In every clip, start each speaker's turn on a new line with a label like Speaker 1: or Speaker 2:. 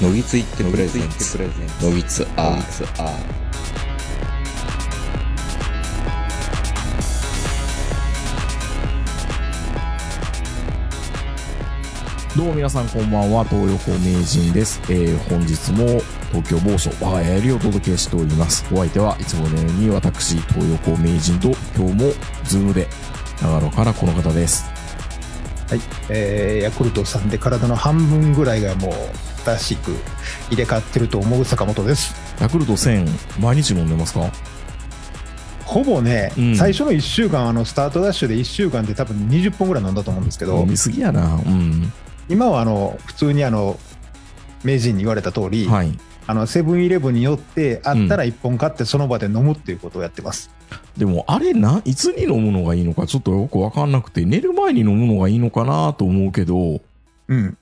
Speaker 1: のぎついってプレゼン
Speaker 2: ツ
Speaker 1: ツ
Speaker 2: プレゼン
Speaker 1: のぎつアーツア
Speaker 3: どうも皆さんこんばんは、東横名人です。えー、本日も東京某所我が家よりお届けしております。お相手はいつものように私、東横名人と今日もズームで長野からこの方です。
Speaker 4: えーヤクルトさんで体の半分ぐらいがもう新しく入れ替わってると思う坂本です
Speaker 3: ヤクルト1000、毎日飲んでますか
Speaker 4: ほぼね、
Speaker 3: うん
Speaker 4: 最初の1週間あのスタートダッシュで1週間で多分20本ぐらい飲んだと思うんですけど、
Speaker 3: 飲みすぎやな。うん。
Speaker 4: 今はあの普通にあの名人に言われた通り、
Speaker 3: はい。
Speaker 4: あのセブンイレブンによってあったら1本買ってその場で飲むっていうことをやってます、
Speaker 3: でも、あれな、いつに飲むのがいいのかちょっとよくわかんなくて、寝る前に飲むのがいいのかなと思うけど、
Speaker 4: うん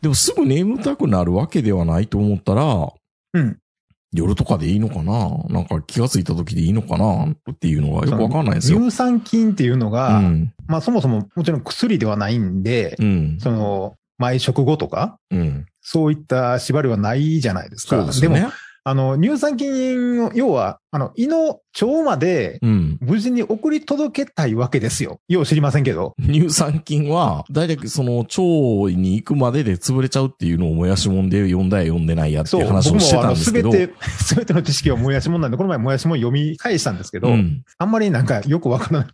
Speaker 3: でもすぐ眠たくなるわけではないと思ったら、
Speaker 4: うん、
Speaker 3: 夜とかでいいのかななんか気がついた時でいいのかなっていうのがよくわかんないんですよ。
Speaker 4: 乳酸菌っていうの
Speaker 3: う
Speaker 4: が、
Speaker 3: ん。
Speaker 4: まあ、そもそももちろん薬ではないんで、
Speaker 3: うん。
Speaker 4: その毎食後とか
Speaker 3: うん。
Speaker 4: そういった縛りはないじゃないですか。
Speaker 3: そうですよね。
Speaker 4: あの、乳酸菌を、要は、あの、胃の腸まで
Speaker 3: うん。
Speaker 4: 無事に送り届けたいわけですよ。よう知りませんけど。
Speaker 3: 乳酸菌は、大体その腸に行くまでで潰れちゃうっていうのをもやしもんで読んだや読んでないやって
Speaker 4: そ
Speaker 3: いう
Speaker 4: う、
Speaker 3: 話
Speaker 4: 僕
Speaker 3: をして
Speaker 4: もあ
Speaker 3: たん
Speaker 4: の、
Speaker 3: です
Speaker 4: す
Speaker 3: け
Speaker 4: べ
Speaker 3: ど。
Speaker 4: て、 すべての知識をもやしもんなんで、この前もやしもん読み返したんですけど、
Speaker 3: うん。
Speaker 4: あんまりなんかよくわからない。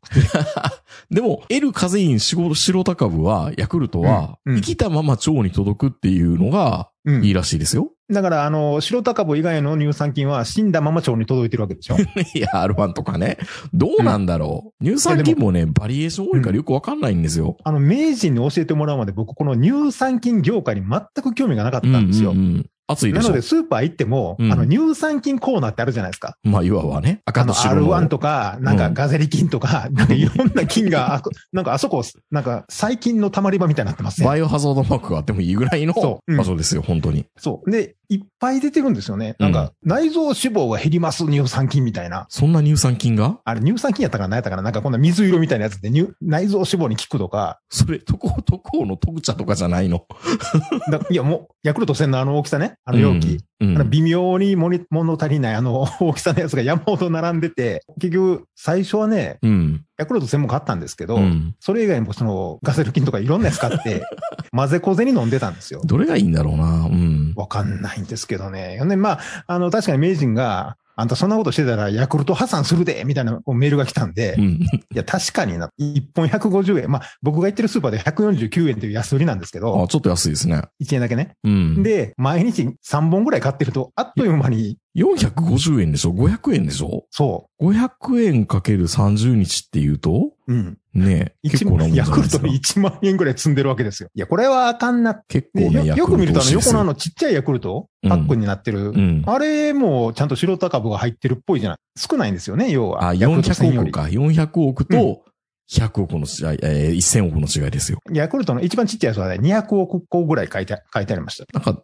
Speaker 3: でも、L カゼイン白タ株は、ヤクルトは、
Speaker 4: うんうん
Speaker 3: 生きたまま腸に届くっていうのが
Speaker 4: うん
Speaker 3: いいらしいですよ。
Speaker 4: だから、あの、白高ボ以外の乳酸菌は死んだまま腸に届いてるわけでしょ。
Speaker 3: いや、R1 とかね。どうなんだろう。乳酸菌もね、バリエーション多いからよくわかんないんですよ。
Speaker 4: あの、名人に教えてもらうまで僕、この乳酸菌業界に全く興味がなかったんですよ。
Speaker 3: うんうんうん熱いで
Speaker 4: な
Speaker 3: し
Speaker 4: の
Speaker 3: ょ
Speaker 4: で、。スーパー行っても、
Speaker 3: うん
Speaker 4: あの、乳酸菌コーナーってあるじゃないですか。
Speaker 3: まあ、いわばね、
Speaker 4: あ
Speaker 3: 赤
Speaker 4: の、
Speaker 3: と白の。
Speaker 4: R1 とか、なん
Speaker 3: う
Speaker 4: か
Speaker 3: ん
Speaker 4: ガゼリ菌 とか、なんかいろんな菌が、あなんかあそこ、なんか細菌の溜まり場みたいになってますね。
Speaker 3: バイオハザードマークがあってもいいぐらいの
Speaker 4: そ
Speaker 3: 場
Speaker 4: ううん
Speaker 3: 所ですよ、本当に。
Speaker 4: そう。で、いっぱい出てるんですよね。なんか、内臓脂肪が減ります、乳酸菌みたいな。
Speaker 3: そんな乳酸菌が
Speaker 4: あれ、乳酸菌やったかなやったかななんかこんな水色みたいなやつで、乳内臓脂肪に効くとか、
Speaker 3: それ、渡航、渡航の特茶とかじゃないの。
Speaker 4: だいや、もう、ヤクルト1000のあの大きさね、あの容器。
Speaker 3: うん。うん
Speaker 4: あの微妙にもに物足りないあの 大きさのやつが山ほど並んでて、結局最初はね、
Speaker 3: うん。
Speaker 4: ヤクルト1000も買ったんですけど、
Speaker 3: うん。
Speaker 4: それ以外にもそのガセル菌とかいろんなやつ買 って、混ぜこぜに飲んでたんですよ。
Speaker 3: どれがいいんだろうな。うん。
Speaker 4: わかんないんですけどね。ほんで、まあ、あの、確かに名人が、あんたそんなことしてたらヤクルト破産するでみたいなメールが来たんで、
Speaker 3: う
Speaker 4: い
Speaker 3: ん。
Speaker 4: や、確かにな、1本150円。まあ、僕が行ってるスーパーで149円という安売りなんですけど
Speaker 3: あ、、ちょっと安いですね。
Speaker 4: 1円だけね。
Speaker 3: うん。で、
Speaker 4: で、毎日3本ぐらい買ってると、あっという間に、
Speaker 3: 450円でしょ ?500 円でしょ
Speaker 4: そ
Speaker 3: ?500 円かける30日っていうと、
Speaker 4: う。うん。
Speaker 3: ねえ、結
Speaker 4: 一
Speaker 3: 構なもんじゃ
Speaker 4: ヤ
Speaker 3: な
Speaker 4: ク
Speaker 3: い
Speaker 4: ル
Speaker 3: です
Speaker 4: ト
Speaker 3: か
Speaker 4: に。1万円ぐらい積んでるわけですよ。いや、これはあかんな。
Speaker 3: 結構
Speaker 4: で
Speaker 3: ね、
Speaker 4: よよく見ると、あの、横の
Speaker 3: の、
Speaker 4: あの、ちっちゃいヤクルト、パックになってる
Speaker 3: うん。
Speaker 4: あれもちゃんと白高株が入ってるっぽいじゃない。少ないんですよね、要は。
Speaker 3: あ、
Speaker 4: ヤクルト1000
Speaker 3: 400
Speaker 4: よ
Speaker 3: 億
Speaker 4: り
Speaker 3: か。400億と100億の違い、えー、1000億の違いですよ。
Speaker 4: ヤクルトの一番ちっちゃいやつはね、200億個ぐらい書いて書いてありました。
Speaker 3: なんか、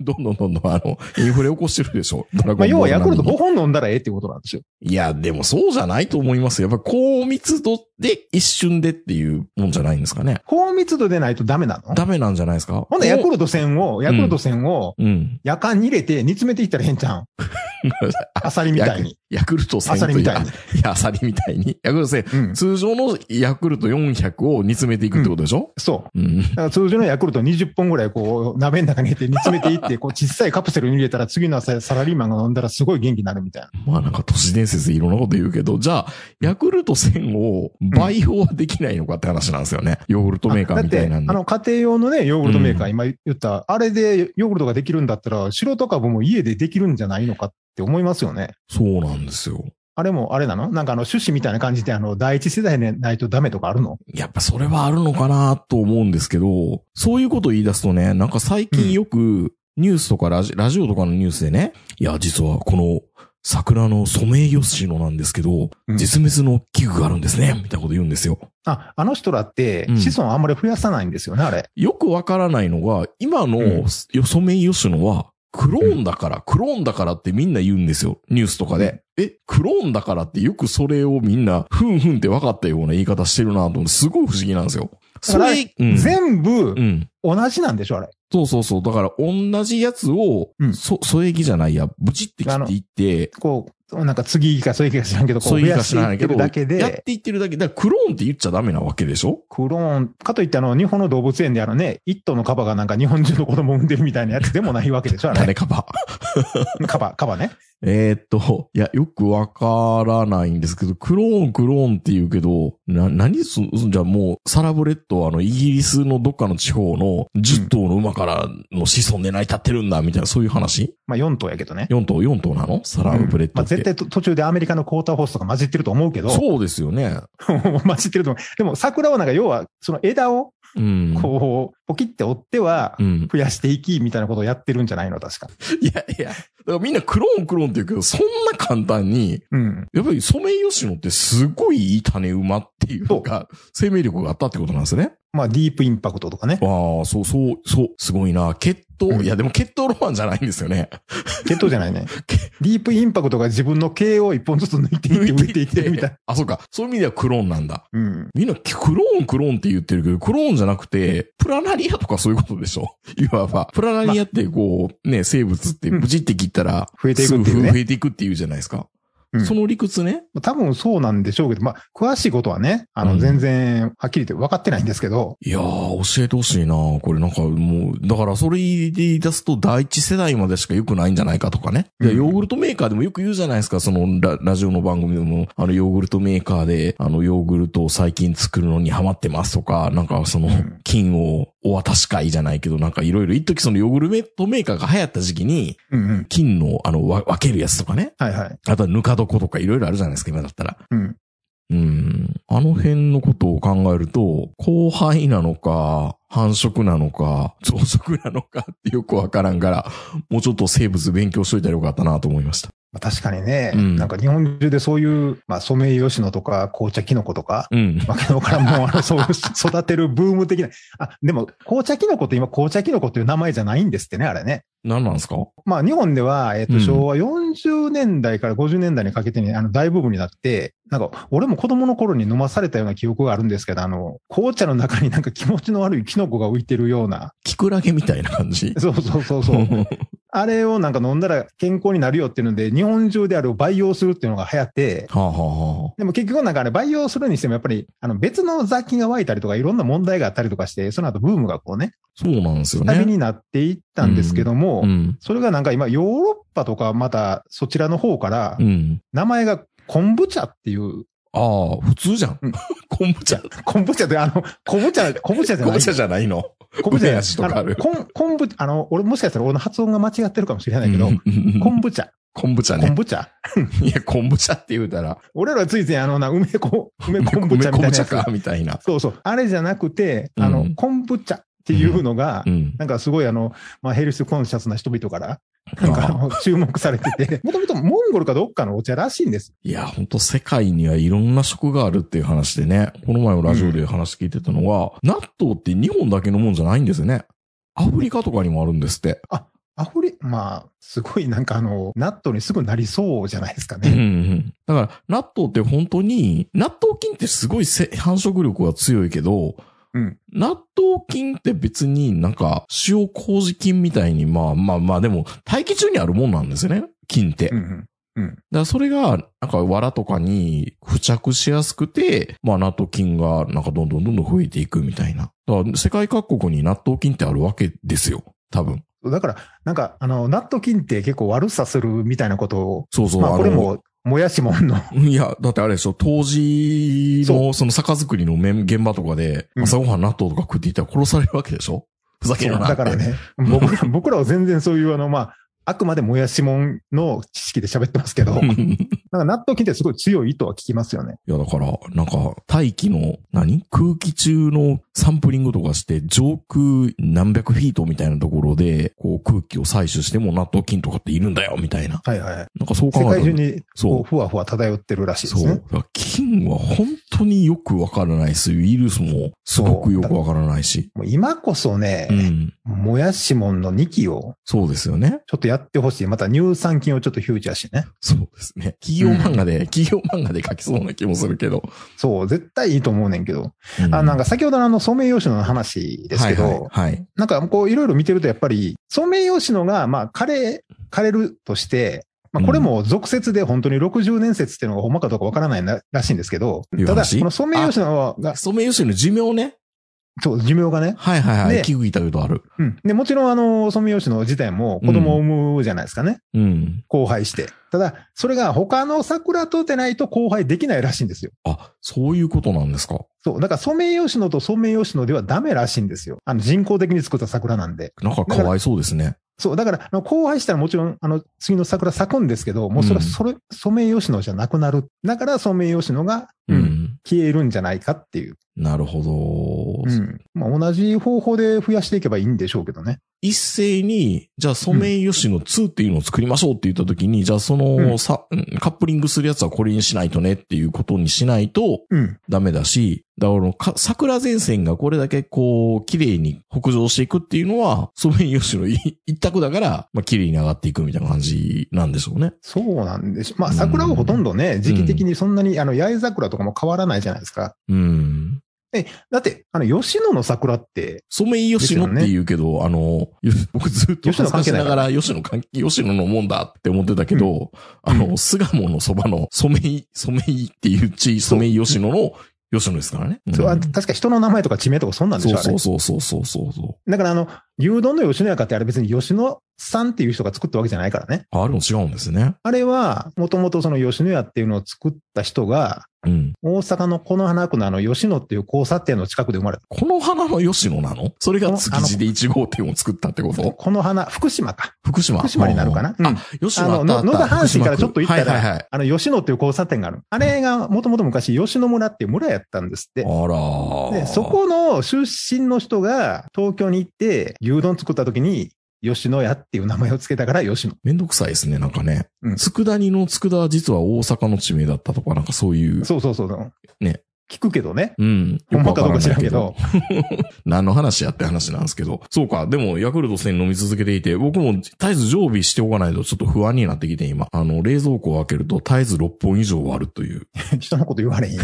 Speaker 3: どんどんどんどん、あの、インフレ起こしてるでしょ。ドラ
Speaker 4: ま
Speaker 3: ゴ
Speaker 4: あ、
Speaker 3: ン
Speaker 4: 要
Speaker 3: ボー
Speaker 4: は
Speaker 3: ル
Speaker 4: ヤ
Speaker 3: な
Speaker 4: ク
Speaker 3: の
Speaker 4: ル
Speaker 3: に
Speaker 4: ト5本飲んだらええっていうことなんですよ。
Speaker 3: いや、でもそうじゃないと思いますよ。やっぱ高密度で一瞬でっていうもんじゃないんですかね。
Speaker 4: 高密度でないとダメなの
Speaker 3: ダメなんじゃないですか
Speaker 4: ほんならヤクルト1000を、ヤクルト1000を
Speaker 3: うん。
Speaker 4: 夜間に入れて煮詰めていったら変じゃ ん。アサリみたいに。
Speaker 3: ヤクルト
Speaker 4: ア
Speaker 3: 1000
Speaker 4: サ
Speaker 3: と
Speaker 4: リ
Speaker 3: いう
Speaker 4: みたいに。
Speaker 3: いや、アサリみたいに。ヤクルト1000。
Speaker 4: うん。
Speaker 3: 通常のヤクルト400を煮詰めていくってことでしょ、
Speaker 4: そう。
Speaker 3: うん、
Speaker 4: だから通常のヤクルト20本ぐらいこう、鍋の中に入れて煮詰めていって、こう、小さいカプセルに入れたら次の朝サラリーマンが飲んだらすごい元気になるみたいな。
Speaker 3: まあなんか都市伝説でいろんなこと言うけど、じゃあ、ヤクルト1000を培養はできないのかって話なんですよね。ヨーグルトメーカーみたいな
Speaker 4: だ
Speaker 3: ん
Speaker 4: っ
Speaker 3: で
Speaker 4: て、あ。の、家庭用のね、ヨーグルトメーカー、今言った、あれでヨーグルトができるんだったら、素人株も家でできるんじゃないのかって思いますよね。
Speaker 3: そうなんですよ。
Speaker 4: あれも、あれなのなんかあの、種子みたいな感じで、あの、第一世代でないとダメとかあるの
Speaker 3: やっぱそれはあるのかなと思うんですけど、そういうことを言い出すとね、なんか最近よくニュースとかラジラジオとかのニュースでね、いや、実はこの桜のソメイヨシノなんですけど、
Speaker 4: うん
Speaker 3: 絶滅の危惧があるんですね、みたいなこと言うんですよ。
Speaker 4: あ、あの人らって
Speaker 3: うん、
Speaker 4: 子孫あんまり増やさないんですよね、あれ。
Speaker 3: よくわからないのが、今
Speaker 4: う
Speaker 3: のソメイヨシノは、クローンだから、クローンだからってみんな言うんですよ。ニュースとかで。え、クローンだからってよくそれをみんな、ふんふんって分かったような言い方してるなと思って、すごい不思議なんですよ。
Speaker 4: だから
Speaker 3: うん
Speaker 4: 全部
Speaker 3: う、ん。
Speaker 4: 同じなんでしょ、あれ。
Speaker 3: そうそうそう。だから、同じやつを、
Speaker 4: うん
Speaker 3: そ、添え木じゃないや、ブチって切っていって、
Speaker 4: こう、なんか次かそういう気が知らんけど、こ
Speaker 3: そうう
Speaker 4: 増
Speaker 3: いう
Speaker 4: や
Speaker 3: か
Speaker 4: し
Speaker 3: 知
Speaker 4: て
Speaker 3: らないい
Speaker 4: っ
Speaker 3: けど、
Speaker 4: てるだけ
Speaker 3: やっ
Speaker 4: で、
Speaker 3: ていってるだけ。だから、クローンって言っちゃダメなわけでしょ
Speaker 4: クローン、かといってあの、日本の動物園であのね、一頭のカバがなんか日本中の子供を産んでるみたいなやつでもないわけでしょ、あれ。
Speaker 3: 種カバ。
Speaker 4: カバ、カバね。
Speaker 3: えーっと、 いや、よくわからないんですけど、クローン、クローンって言うけど、な、何す、じゃあもう、サラブレッドはあの、イギリスのどっかの地方の10頭の馬からの子孫で成り立ってるんだ、みたいな、そういう話
Speaker 4: まあ4頭やけどね。
Speaker 3: ?4 頭、4頭なのサラブレッド
Speaker 4: まあ
Speaker 3: って。
Speaker 4: 絶対と途中でアメリカのクォーターホースとか混じってると思うけど、
Speaker 3: そうですよね。
Speaker 4: 混じってると思う。でも桜はなんか要は、その枝を
Speaker 3: うん。
Speaker 4: こう、ポキって折っては
Speaker 3: う、ん。
Speaker 4: 増やしていき、みたいなことをやってるんじゃないの、確か。
Speaker 3: いやいや、だからみんなクローンクローンって言うけど、そんな簡単に、
Speaker 4: うん。
Speaker 3: やっぱりソメイヨシノってすごいいい種馬っていうか、生命力があったってことなんですね。
Speaker 4: まあディープインパクトとかね。
Speaker 3: ああ、そう、そう、そう、すごいな。血
Speaker 4: う
Speaker 3: 統、
Speaker 4: ん
Speaker 3: いやでも血統ロマンじゃないんですよね。
Speaker 4: 血統じゃな いね。ディープインパクトが自分の毛を一本ずつ抜いていって、植えていってるみたい。。
Speaker 3: あ、そうか。そういう意味ではクローンなんだ。
Speaker 4: うん。
Speaker 3: みんなクローンクローンって言ってるけど、クローンじゃなくて、プラナリアとかそういうことでしょ いわば。プラナリアってこう、ね、生物ってブチって切ったら、
Speaker 4: 増えていくっていう
Speaker 3: すぐ増
Speaker 4: ね。
Speaker 3: えていくっていうじゃないですか。
Speaker 4: うん
Speaker 3: その理屈ね。
Speaker 4: 多分そうなんでしょうけど、まあ、詳しいことはね、あ
Speaker 3: う
Speaker 4: の、
Speaker 3: ん
Speaker 4: 全然、はっきり言って分かってないんですけど、
Speaker 3: いやー、教えてほしいなこれなんかもう、だからそれで言い出すと第一世代までしか良くないんじゃないかとかね。
Speaker 4: うん
Speaker 3: でヨーグルトメーカーでもよく言うじゃないですか、そのララジオの番組でも、あのヨーグルトメーカーで、あのヨーグルトを最近作るのにハマってますとか、なんかその
Speaker 4: うん
Speaker 3: 金をお渡し会じゃないけど、なんかいろいろ一時そのヨーグルトメーカーが流行った時期に、
Speaker 4: うんうん。
Speaker 3: 金のあのわ分けるやつとかね。
Speaker 4: はいはい。
Speaker 3: あとはぬか床とかいろいろあるじゃないですか、今だったら。
Speaker 4: うん。
Speaker 3: うん。あの辺のことを考えると、広範囲なのか、繁殖なのか、増殖なのかってよくわからんから、もうちょっと生物勉強しといたらよかったなと思いました。
Speaker 4: まあ、確かにね、
Speaker 3: うん
Speaker 4: なんか日本中でそういう、まあ、ソメイヨシノとか、紅茶キノコとか、
Speaker 3: うん。
Speaker 4: わけのわからん もう、あの、そういう育てるブーム的な。あ、でも、紅茶キノコって今、紅茶キノコっていう名前じゃないんですってね、あれね。
Speaker 3: 何なんですか
Speaker 4: まあ、日本では、えっ、
Speaker 3: う
Speaker 4: と、
Speaker 3: ん
Speaker 4: 昭和40年代から50年代にかけてね、あの、大ブームになって、なんか、俺も子供の頃に飲まされたような記憶があるんですけど、あの、紅茶の中になんか気持ちの悪いキノコが浮いてるような。
Speaker 3: キクラゲみたいな感じ
Speaker 4: そうそうそ うそう。あれをなんか飲んだら健康になるよっていうので、日本中であれを培養するっていうのが流行って、
Speaker 3: はあはあはあ。
Speaker 4: でも結局なんかあれ培養するにしてもやっぱり、あの、別の雑菌が湧いたりとか、いろんな問題があったりとかして、その後ブームがこうね、
Speaker 3: そうなんですよ
Speaker 4: 旅
Speaker 3: ね。
Speaker 4: になっていったんですけども、
Speaker 3: うん。
Speaker 4: それがなんか今、ヨーロッパとかまたそちらの方から
Speaker 3: う、ん。
Speaker 4: 名前が昆布茶っていう、
Speaker 3: ああ、普通じゃん
Speaker 4: うん。
Speaker 3: 昆布茶。
Speaker 4: 昆布茶ってあの、昆布茶、昆布茶じゃ
Speaker 3: 昆
Speaker 4: ない
Speaker 3: 布。茶じゃないの。
Speaker 4: 昆布茶じ
Speaker 3: 梅
Speaker 4: ゃない
Speaker 3: 味とかある
Speaker 4: の昆昆布、あの、俺もしかしたら俺の発音が間違ってるかもしれないけど
Speaker 3: うん、うん
Speaker 4: 昆布茶、
Speaker 3: 昆布茶ね
Speaker 4: 昆。布茶。
Speaker 3: いや、昆布茶って言うたら、
Speaker 4: 俺らついついあのな、梅こ、梅昆布茶
Speaker 3: 昆布
Speaker 4: みたいなや
Speaker 3: 茶
Speaker 4: つ
Speaker 3: か、みたいな。
Speaker 4: そうそう。あれじゃなくて、あ
Speaker 3: う
Speaker 4: の
Speaker 3: ん、
Speaker 4: 昆布茶っていうのが
Speaker 3: う、ん。
Speaker 4: なんかすごいあの、まあ、ヘルスコンシャスな人々から、なんかあの注目されて て、もともとモンゴルかどっかのお茶らしいんです。
Speaker 3: いや、ほんと世界にはいろんな食があるっていう話でね、この前もラジオで話聞いてたのは、納豆って日本だけのもんじゃないんですよね。アフリカとかにもあるんですって。
Speaker 4: アフリ、まあ、すごいなんかあの、ナットにすぐなりそうじゃないですか
Speaker 3: うんう
Speaker 4: ね。
Speaker 3: んだから、納豆って本当に、納豆菌ってすごいせ繁殖力が強いけど、
Speaker 4: うん
Speaker 3: 納豆菌って別になんか、塩麹菌みたいに、まあまあまあ、でも、大気中にあるもんなんですよね、菌って。
Speaker 4: うんうん。
Speaker 3: だからそれが、なんか、藁とかに付着しやすくて、まあ、納豆菌が、なんか、どんどんどんどん増えていくみたいな。だから、世界各国に納豆菌ってあるわけですよ。多分。
Speaker 4: だから、なんか、あの、ナット菌って結構悪さするみたいなことを、
Speaker 3: そうそう。
Speaker 4: まあ、
Speaker 3: の
Speaker 4: これ。も、もやしもんの、
Speaker 3: いや、だってあれでしょ、当時の、その酒造りの面現場とかで、
Speaker 4: うん
Speaker 3: 朝ごはん納豆とか食っていたら殺されるわけでしょふざけるなって。
Speaker 4: だから。ね、僕ら、僕らは全然そういうあの、まあ、あくまでもやしもんの知識で喋ってますけど、なんか
Speaker 3: い
Speaker 4: 納豆菌ってすごい強いとは聞きますよね。
Speaker 3: や、だから、なんか、大気の、何空気中のサンプリングとかして、上空何百フィートみたいなところで、こう、空気液を採取しても納豆菌とかっているんだよ、みたいな。
Speaker 4: はいはい。
Speaker 3: なんかそう考
Speaker 4: 世
Speaker 3: え
Speaker 4: 界中
Speaker 3: ると。
Speaker 4: に、
Speaker 3: そう
Speaker 4: こう、ふわふわ漂ってるらしいで
Speaker 3: そう。
Speaker 4: す
Speaker 3: だ
Speaker 4: ね。
Speaker 3: から菌は本当によくわからないし、ウイルスもすごくよくわからないし。
Speaker 4: もう今こそね
Speaker 3: う、ん。
Speaker 4: もやしもんの2期を
Speaker 3: そうですよね。
Speaker 4: ちょっとやってほしい。また乳酸菌をちょっとフューチャーしてね。
Speaker 3: そうですね。企業漫画で、企業漫画で書きそうな気もするけど。
Speaker 4: そう、絶対いいと思うねんけど。
Speaker 3: うん
Speaker 4: あ、なんか先ほどのあの、ソメイヨシノの話ですけど、
Speaker 3: はいはい、はい。
Speaker 4: なんかこういろいろ見てるとやっぱり、ソメイヨシノが、まあ、枯れ、枯れるとして、まあ、これも俗説で本当に60年説っていうのがほんまかどうかわからないならしいんですけど
Speaker 3: いう、
Speaker 4: ただ、
Speaker 3: 話
Speaker 4: このソメイヨシノが、
Speaker 3: ソメイヨシノの寿命ね。
Speaker 4: そう、寿命がね、
Speaker 3: はいはいはい。
Speaker 4: ね
Speaker 3: 聞いたことある。
Speaker 4: うん。で、もちろんあの、ソメイヨシノ自体も子供を産むじゃないですかね。
Speaker 3: うん。
Speaker 4: 交配して。ただ、それが他の桜とでないと交配できないらしいんですよ。
Speaker 3: あ、そういうことなんですか。
Speaker 4: そう。だからソメイヨシノとソメイヨシノではダメらしいんですよ。あの人工的に作った桜なんで。
Speaker 3: なんかかわいそうですね。
Speaker 4: そう。だから、あの交配したらもちろん、あの、次の桜咲くんですけど、もうそれ
Speaker 3: う
Speaker 4: は
Speaker 3: ん
Speaker 4: それ、ソメイヨシノじゃなくなる。だからソメイヨシノが、
Speaker 3: う
Speaker 4: うん
Speaker 3: ん。
Speaker 4: 消えるんじゃないかっていう。
Speaker 3: なるほ
Speaker 4: う
Speaker 3: ど。
Speaker 4: ん。まあ、同じ方法で増やしていけばいいんでしょうけどね。
Speaker 3: 一斉に、じゃあソメイヨシノ2っていうのを作りましょうって言った時に、じゃあそのさ、うんカップリングするやつはこれにしないとねっていうことにしないと
Speaker 4: うん。
Speaker 3: ダメだし、だからか桜前線がこれだけこう、綺麗に北上していくっていうのは、ソメイヨシノ一一択だから、まあ綺麗に上がっていくみたいな感じなんでしょうね。
Speaker 4: そうなんでしょ。まあ、桜はほとんどね、時期的にそんなに、あの、八重桜とかも変わらないじゃないですか。
Speaker 3: うん。
Speaker 4: だって、あの、吉野の桜って、
Speaker 3: ソメイヨシノって言うけど、あの、よ僕ずっと恥ずかしながら、吉野関係、吉野のもんだって思ってたけど、あの、巣鴨のそばのソメイ、ソメイっていう地、ソメイヨシノの吉野ですからね。
Speaker 4: そうあ
Speaker 3: うん
Speaker 4: 確か人の名前とか地名とかそんなんでしょ、あれ
Speaker 3: そうそうそうそうそうそ
Speaker 4: だからあの、牛丼の吉野家かってあれ別に吉野さんっていう人が作ったわけじゃないからね。
Speaker 3: う。ああれも違うんですね。
Speaker 4: あれは、もともとその吉野家っていうのを作った人が、
Speaker 3: うん。
Speaker 4: 大阪のこの花区のあの吉野っていう交差点の近くで生まれた。
Speaker 3: この花の吉野なのそれが築地で1号店を作ったってこと
Speaker 4: この花、福島か。
Speaker 3: 福島。
Speaker 4: 福島になるかな。うん
Speaker 3: あ、吉
Speaker 4: あ
Speaker 3: 野あ
Speaker 4: の、
Speaker 3: ったあ
Speaker 4: の
Speaker 3: った
Speaker 4: 野田阪神からちょっと行っ
Speaker 3: は
Speaker 4: た
Speaker 3: いはいは
Speaker 4: ら
Speaker 3: い、
Speaker 4: あの、吉野っていう交差点がある。あれがもともと昔吉野村っていう村やったんですって。
Speaker 3: あらー
Speaker 4: で、そこの出身の人が東京に行って牛丼作った時に、吉野屋っていう名前を付けたから吉野。
Speaker 3: めんどくさいですね、なんかね。
Speaker 4: うん
Speaker 3: 佃煮の佃は実は大阪の地名だったとか、なんかそういう。
Speaker 4: そうそうそう。
Speaker 3: ね。
Speaker 4: 聞くけどね。
Speaker 3: うん。
Speaker 4: ほんまかどう
Speaker 3: よ
Speaker 4: か
Speaker 3: く
Speaker 4: 知
Speaker 3: わ
Speaker 4: らん
Speaker 3: い
Speaker 4: けど。。
Speaker 3: 何の話やって話なんですけど。そうか。でも、ヤクルト戦飲み続けていて、僕も絶えず常備しておかないとちょっと不安になってきて、今。あの、冷蔵庫を開けると絶えず6本以上はあるという。
Speaker 4: 人のこと言われへんよ。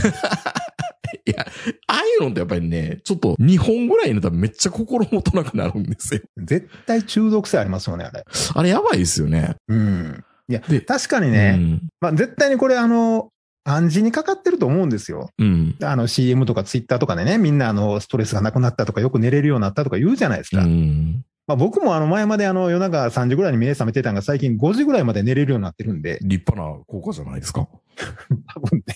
Speaker 3: ああいうのってやっぱりね、ちょっと2本ぐらいのとめっちゃ心もとなくなるんですよ。
Speaker 4: 絶対中毒性ありますよね、あれ。
Speaker 3: あれやばいですよね。
Speaker 4: うん。いや
Speaker 3: で、
Speaker 4: 確かにね、
Speaker 3: うん。
Speaker 4: まあ絶対にこれあの、暗示にかかってると思うんですよ。
Speaker 3: うん。
Speaker 4: あの CM とか Twitter とかでね、みんなあの、ストレスがなくなったとか、よく寝れるようになったとか言うじゃないです
Speaker 3: う
Speaker 4: か。
Speaker 3: ん。
Speaker 4: まあ僕もあの前まであの夜中3時ぐらいに目覚めてたのが最近5時ぐらいまで寝れるようになってるんで、
Speaker 3: 立派な効果じゃないですか。
Speaker 4: 多分ね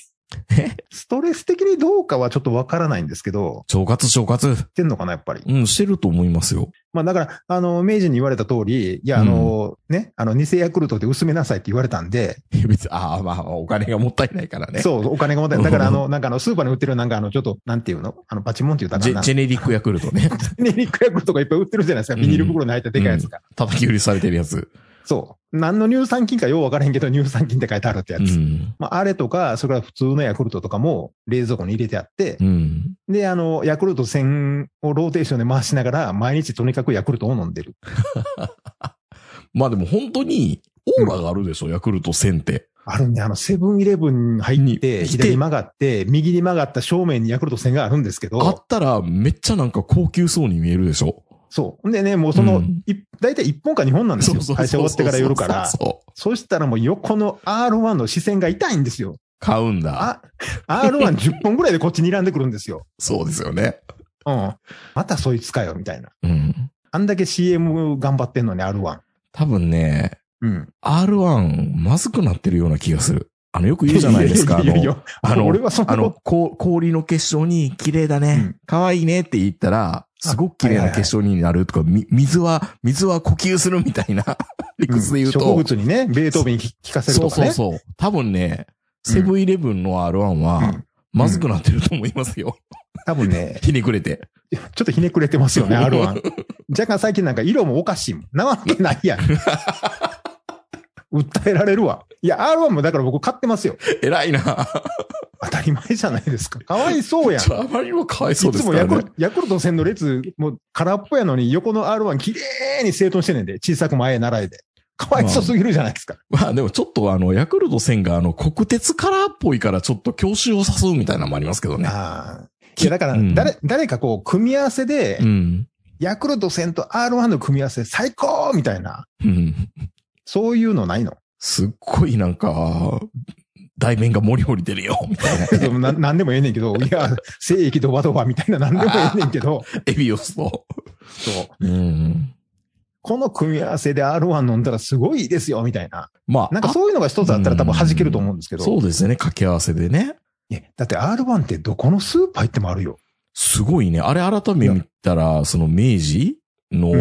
Speaker 3: え。
Speaker 4: ストレス的にどうかはちょっとわからないんですけど、
Speaker 3: 腸活、腸活。
Speaker 4: ってんのかな、やっぱり。
Speaker 3: うん、してると思いますよ。
Speaker 4: まあだから、あの、明治に言われた通り、いや、あの、ね、あの、偽ヤクルトで薄めなさいって言われたんで、
Speaker 3: いや 別に、ああ、まあ、お金がもったいないからね。
Speaker 4: そう、お金が持たない。だから、あの、なんかあの、スーパーに売ってるなんかあの、ちょっと、なんていうのあの、パチモンっていうたか
Speaker 3: ジェ
Speaker 4: な。
Speaker 3: ジ
Speaker 4: ジ
Speaker 3: ェネリックヤクルト ね。
Speaker 4: ェネリックヤクルトがいっぱい売ってるじゃないですか。ビニール袋に入ったでかいやつが。
Speaker 3: 叩き売りされてるやつ。
Speaker 4: そう。何の乳酸菌かよう分からへんけど、乳酸菌って書いてあるってや
Speaker 3: う
Speaker 4: つ。
Speaker 3: ん。
Speaker 4: まあ、あれとか、それから普通のヤクルトとかも冷蔵庫に入れてあって
Speaker 3: う、ん。
Speaker 4: で、あの、ヤクルト1000をローテーションで回しながら、毎日とにかくヤクルトを飲んでる。
Speaker 3: まあでも本当に、オーラがあるでしょ、ヤクルト1000って。
Speaker 4: あるんで、あの、セブンイレブンに入って、
Speaker 3: に
Speaker 4: 左に曲がって、右に曲がった正面にヤクルト1000があるんですけ
Speaker 3: あっ
Speaker 4: ど、
Speaker 3: たら、めっちゃなんか高級そうに見えるでしょ。
Speaker 4: そう。んでね、もうその、
Speaker 3: うん
Speaker 4: い大体1本か2本なんですよ。会社終わってから夜から。
Speaker 3: そう。
Speaker 4: そしたらもう横の R1 の視線が痛いんですよ。
Speaker 3: 買うんだ。
Speaker 4: あ、R110 本ぐらいでこっちに睨んでくるんですよ。
Speaker 3: そうですよね。
Speaker 4: うん。またそいつかよ、みたいな。
Speaker 3: うん。
Speaker 4: あんだけ CM 頑張ってんのに R1。
Speaker 3: 多分ね、
Speaker 4: うん。
Speaker 3: R1、まずくなってるような気がする。あの、よく言うじゃないですか。あ
Speaker 4: いやいやい
Speaker 3: の、
Speaker 4: や
Speaker 3: あの
Speaker 4: 俺はそん
Speaker 3: あ
Speaker 4: な
Speaker 3: の
Speaker 4: こ
Speaker 3: こ氷の結晶に綺麗だ
Speaker 4: う
Speaker 3: ね
Speaker 4: ん。
Speaker 3: 可愛いねって言ったら、すごく綺麗な結晶になるとか、み水は、水は呼吸するみたいな理
Speaker 4: と、
Speaker 3: 屈で言うと。
Speaker 4: 植物にね、ベートーベン聞かせる
Speaker 3: そ
Speaker 4: と
Speaker 3: う
Speaker 4: か
Speaker 3: そう
Speaker 4: ね。
Speaker 3: そう。多分ね、セブンイレブンの R1 は、
Speaker 4: うん
Speaker 3: まずくなってると思いますよ。
Speaker 4: 多分ね、
Speaker 3: ひねくれて。
Speaker 4: ちょっとひねくれてます よね、R1。若干最近なんか色もおかしいもん。なわけない やん。訴えられるわ。いや、R1 もだから僕買ってますよ。
Speaker 3: 偉いな。
Speaker 4: 当たり前じゃないですか。かわいそうやん。
Speaker 3: ちょあまりにもかわいそうで
Speaker 4: い
Speaker 3: す
Speaker 4: つも
Speaker 3: から
Speaker 4: ヤク
Speaker 3: ね
Speaker 4: ル。ヤクルト戦の列、もう空っぽやのに、横の R1 きれいに整頓してんねんで、小さく前へ習えで。かわいそうすぎるじゃないですか。
Speaker 3: まあでもちょっとあの、ヤクルト1000があの、国鉄カラーっぽいからちょっと教習を誘うみたいなのもありますけどね。
Speaker 4: ああ。いや、だから
Speaker 3: う、ん
Speaker 4: 誰、誰かこう、組み合わせで、
Speaker 3: うん。
Speaker 4: ヤクルト戦と R1 の組み合わせ最高みたいな、
Speaker 3: うん。
Speaker 4: そういうのないの
Speaker 3: すっごいなんか、題面がもりもり出るよ、みたいな。
Speaker 4: でも ななんでもええねんけど、いや、正義ドバドバみたいななんでもええねんけど、
Speaker 3: エビオスと。
Speaker 4: そう。
Speaker 3: うん。
Speaker 4: この組み合わせで R1 飲んだらすごいですよ、みたいな。
Speaker 3: まあ、
Speaker 4: なんかそういうのが一つあったら多分弾けると思うんですけ
Speaker 3: あ
Speaker 4: ど。
Speaker 3: そうですね。掛け合わせでね。
Speaker 4: いやだって R1 ってどこのスーパー行ってもあるよ。
Speaker 3: すごいね。あれ改めて見たら、その明治
Speaker 4: うん
Speaker 3: の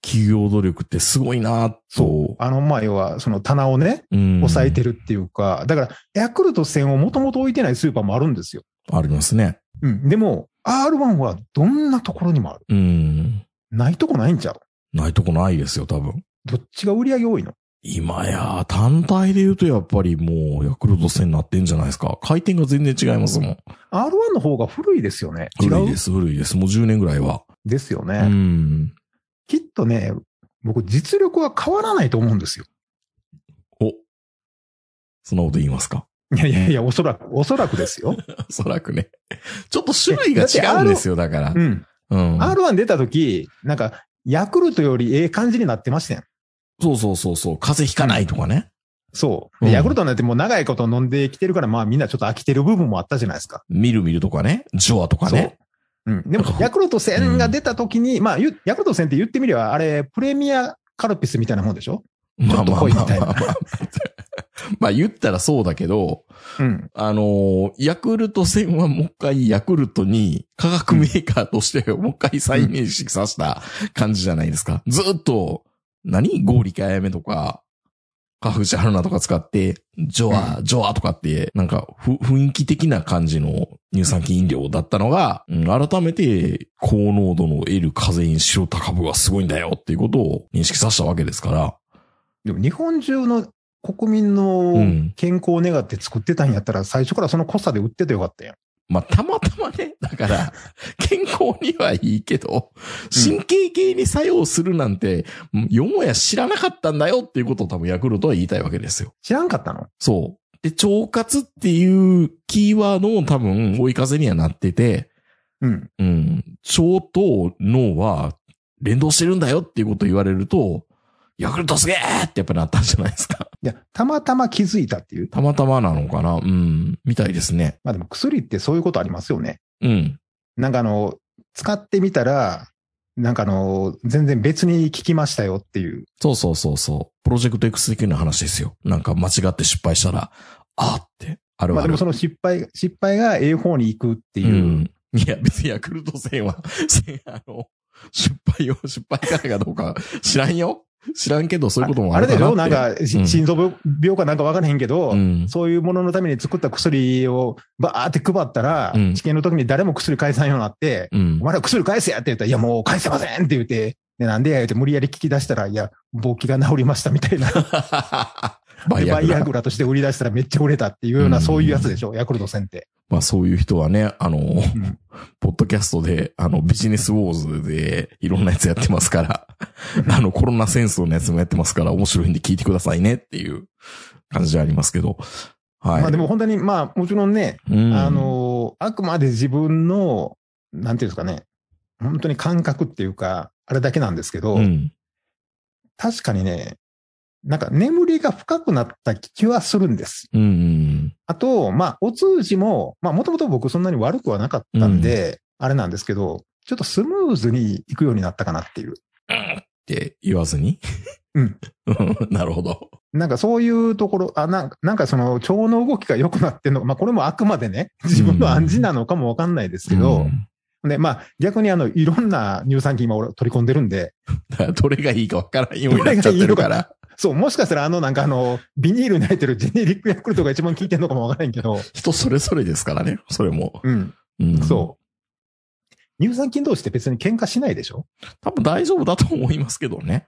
Speaker 3: 企業努力ってすごいな
Speaker 4: そ
Speaker 3: と。。
Speaker 4: うあの、まあ、要は、その棚をね、
Speaker 3: うん。
Speaker 4: 抑えてるっていうか、だから、ヤクルト戦をもともと置いてないスーパーもあるんですよ。
Speaker 3: ありますね。
Speaker 4: うん。でも、R1 はどんなところにもある。
Speaker 3: うん。
Speaker 4: ないとこないんちゃう
Speaker 3: ないとこないですよ、多分。
Speaker 4: どっちが売り上げ多いの
Speaker 3: 今や、単体で言うとやっぱりもうヤクルト戦になってんじゃないですか。回転が全然違いますもん。
Speaker 4: ?R1 の方が古いですよね。違う
Speaker 3: 古いです、古いです。もう10年ぐらいは。
Speaker 4: ですよね、
Speaker 3: うん。
Speaker 4: きっとね、僕、実力は変わらないと思うんですよ。
Speaker 3: お。そんなこと言いますか
Speaker 4: いやいやいや、おそらく、おそらくですよ。
Speaker 3: おそらくね。ちょっと種類が違うんですよ、だから
Speaker 4: う。ん。
Speaker 3: うん。
Speaker 4: R1 出た時なんか、ヤクルトよりええ感じになってましたよ。
Speaker 3: そうそうそうそう。風邪ひかないとかね。
Speaker 4: そう。で
Speaker 3: うん
Speaker 4: ヤクルトなんてもう長いこと飲んできてるから、まあみんなちょっと飽きてる部分もあったじゃないですか。
Speaker 3: みるみるとかね。ジョアとかね。
Speaker 4: そう。うん。でも、ヤクルト戦が出た時に、まあ、ゆヤクルト戦って言ってみれば、あれ、プレミアカルピスみたいなもんでしょ
Speaker 3: まあまあまあ
Speaker 4: ちょっと濃いみたいな
Speaker 3: まあまあまあ。 まあ言ったらそうだけど、
Speaker 4: うん。
Speaker 3: あのーヤクルト戦はもう一回ヤクルトに化学メーカーとしてもう一回再認識させた感じじゃないですか。ずっと、何合理化やめとか、カフチハルナとか使って、ジョア、ジョアとかって、なんかふ、雰囲気的な感じの乳酸菌飲料だったのが、うん改めて高濃度の L カゼイン白タ株がすごいんだよっていうことを認識させたわけですから。
Speaker 4: でも、日本中の国民
Speaker 3: う
Speaker 4: の
Speaker 3: ん
Speaker 4: 健康を願って作ってたんやったら、最初からその濃さで売っててよかったやん。
Speaker 3: まあ、たまたまね、だから、健康にはいいけど、神経系に作用するなんて、よもや知らなかったんだよっていうことを多分ヤクルトは言いたいわけですよ。
Speaker 4: 知らんかったの
Speaker 3: そう。で、腸活っていうキーワードも多分追い風にはなってて、
Speaker 4: うん。
Speaker 3: うん、腸と脳は連動してるんだよっていうことを言われると、ヤクルトすげーってやっぱなったんじゃないですか。
Speaker 4: いや、たまたま気づいたっていう。
Speaker 3: たまたまなのかなうん、みたいですね。
Speaker 4: まあでも、薬ってそういうことありますよね。
Speaker 3: うん。
Speaker 4: なんかあの、使ってみたら、なんかあの、全然別に効きましたよっていう。
Speaker 3: そうそうそうそう。プロジェクト X 的な話ですよ。なんか間違って失敗したら、あーって、ある
Speaker 4: まあ
Speaker 3: あ
Speaker 4: で
Speaker 3: る。
Speaker 4: もその失敗、失敗が A 方に行くっていうう。
Speaker 3: ん。いや、別にヤクルト戦は、 せあの、失敗を、失敗からかどうか知らんよ。知らんけど、そういうこともあ
Speaker 4: あ
Speaker 3: る
Speaker 4: れでしょ
Speaker 3: な
Speaker 4: な
Speaker 3: っ
Speaker 4: ん
Speaker 3: て
Speaker 4: か、
Speaker 3: う
Speaker 4: し
Speaker 3: ん
Speaker 4: 心臓病かなんかわからへんけど、
Speaker 3: うん。
Speaker 4: そういうもののために作った薬をバーって配ったら、
Speaker 3: うん
Speaker 4: 治験の時に誰も薬返さんようになって、
Speaker 3: うん
Speaker 4: お。前ら薬返せやって言ったら、いやもう返せませんって言って、でなんでや言って無理やり聞き出したら、いや、勃起が治りましたみたいな、
Speaker 3: バ
Speaker 4: で
Speaker 3: イア
Speaker 4: バイア
Speaker 3: グ
Speaker 4: グ
Speaker 3: ラ。
Speaker 4: ラとして売り出したらめっちゃ売れたっていうような、
Speaker 3: うん
Speaker 4: そういうやつでしょ、ヤクルト戦って。
Speaker 3: まあそういう人はね、あの、
Speaker 4: ん
Speaker 3: ポッドキャストで、あの、ビジネスウォーズでいろんなやつやってますから、 あの、コロナ戦争のやつもやってますから、面白いんで聞いてくださいねっていう感じでありますけど。はい。
Speaker 4: まあでも本当に、まあもちろんね、
Speaker 3: うん
Speaker 4: あ、の、あくまで自分の、なんていうんですかね、本当に感覚っていうか、あれだけなんですけど、
Speaker 3: うん。
Speaker 4: 確かにね、なんか眠りが深くなった気はするんです。
Speaker 3: うんうん。
Speaker 4: あと、まあ、お通じも、まあ、もともと僕そんなに悪くはなかったんで、あれなんですけど、ちょっとスムーズに行くようになったかなっていう。
Speaker 3: って言わずに。
Speaker 4: うん。
Speaker 3: なるほど。
Speaker 4: なんかそういうところ、あなんかなんかその腸の動きが良くなってんのまあこれもあくまでね、自分の暗示なのかもわかんないですけ
Speaker 3: う
Speaker 4: ど、
Speaker 3: ん
Speaker 4: で、まあ逆にあの、いろんな乳酸菌今俺取り込んでるんで、
Speaker 3: だからどれがいいかわからんようになっちゃってるから。
Speaker 4: そう、もしかしたらあのなんかあの、ビニールに入ってるジェネリックヤクルトが一番効いてんのかもわからへんけど、
Speaker 3: 人それぞれですからね、それも。
Speaker 4: うん、
Speaker 3: うん
Speaker 4: そ乳酸菌同士って別に喧嘩しないでしょ
Speaker 3: 多分大丈夫だと思いますけどね。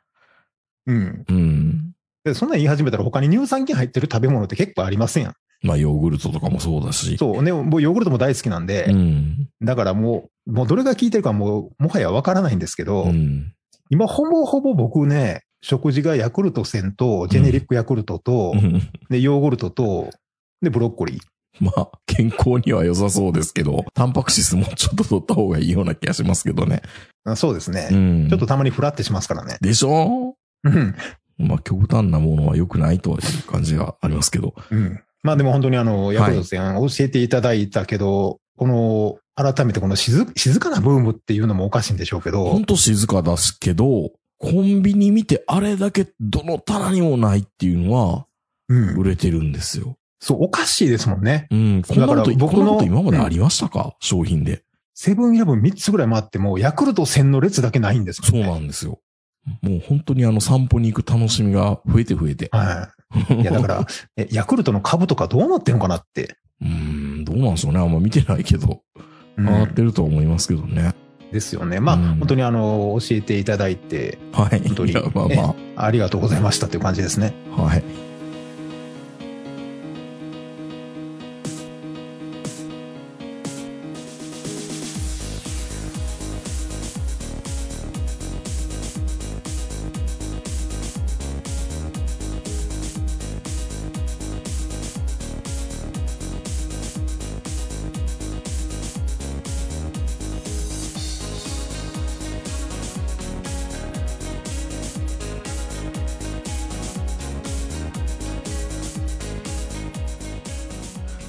Speaker 4: うん。
Speaker 3: うん。
Speaker 4: で、そんなん言い始めたら他に乳酸菌入ってる食べ物って結構ありませんやん。
Speaker 3: まあ、ヨーグルトとかもそうだし。
Speaker 4: そう。ね、もうヨーグルトも大好きなんで、
Speaker 3: うん。
Speaker 4: だからもう、もうどれが効いてるかもう、もはやわからないんですけど、
Speaker 3: うん。
Speaker 4: 今ほぼほぼ僕ね、食事がヤクルト1000と、ジェネリックヤクルトと、
Speaker 3: うん
Speaker 4: で、ヨーグルトと、で、ブロッコリー。
Speaker 3: まあ、健康には良さそうですけど、タンパク質もちょっと取った方がいいような気がしますけどね。
Speaker 4: あそうですね。
Speaker 3: うん。
Speaker 4: ちょっと。たまにフラってしますからね。
Speaker 3: でしょ
Speaker 4: うん。
Speaker 3: まあ、極端なものは良くないという感じがありますけど。
Speaker 4: うん。まあでも本当にあの、ヤクルト戦教えていただいたけど、この、改めてこの静静かなブームっていうのもおかしいんでしょうけ
Speaker 3: ほ
Speaker 4: ど
Speaker 3: ん、と静かだしけど、コンビニ見てあれだけどの棚にもないっていうのは
Speaker 4: うん。
Speaker 3: 売れてるんですよ。
Speaker 4: そう、おかしいですもんね。
Speaker 3: うん。こんなこ
Speaker 4: だか
Speaker 3: と、
Speaker 4: ら僕
Speaker 3: こ
Speaker 4: の
Speaker 3: んなこと今までありましたか、商品で。
Speaker 4: セブンイレブン3つぐらい回っても、ヤクルト1000の列だけないんですも
Speaker 3: そ
Speaker 4: ん
Speaker 3: う
Speaker 4: ね。
Speaker 3: なんですよ。もう本当にあの散歩に行く楽しみが増えて増えて。
Speaker 4: はい。いや、だ から、えヤクルトの株とかどうなってんのかなって。
Speaker 3: うーん、どうなんでしょうね。あんま見てないけど、
Speaker 4: う
Speaker 3: 上
Speaker 4: ん
Speaker 3: がってると思いますけどね。
Speaker 4: ですよね。まあ、
Speaker 3: うん
Speaker 4: 本当にあの、教えていただいて、
Speaker 3: はい。
Speaker 4: 当に
Speaker 3: いや、まあま
Speaker 4: ありがとうございましたっていう感じですね。
Speaker 3: あ。はい。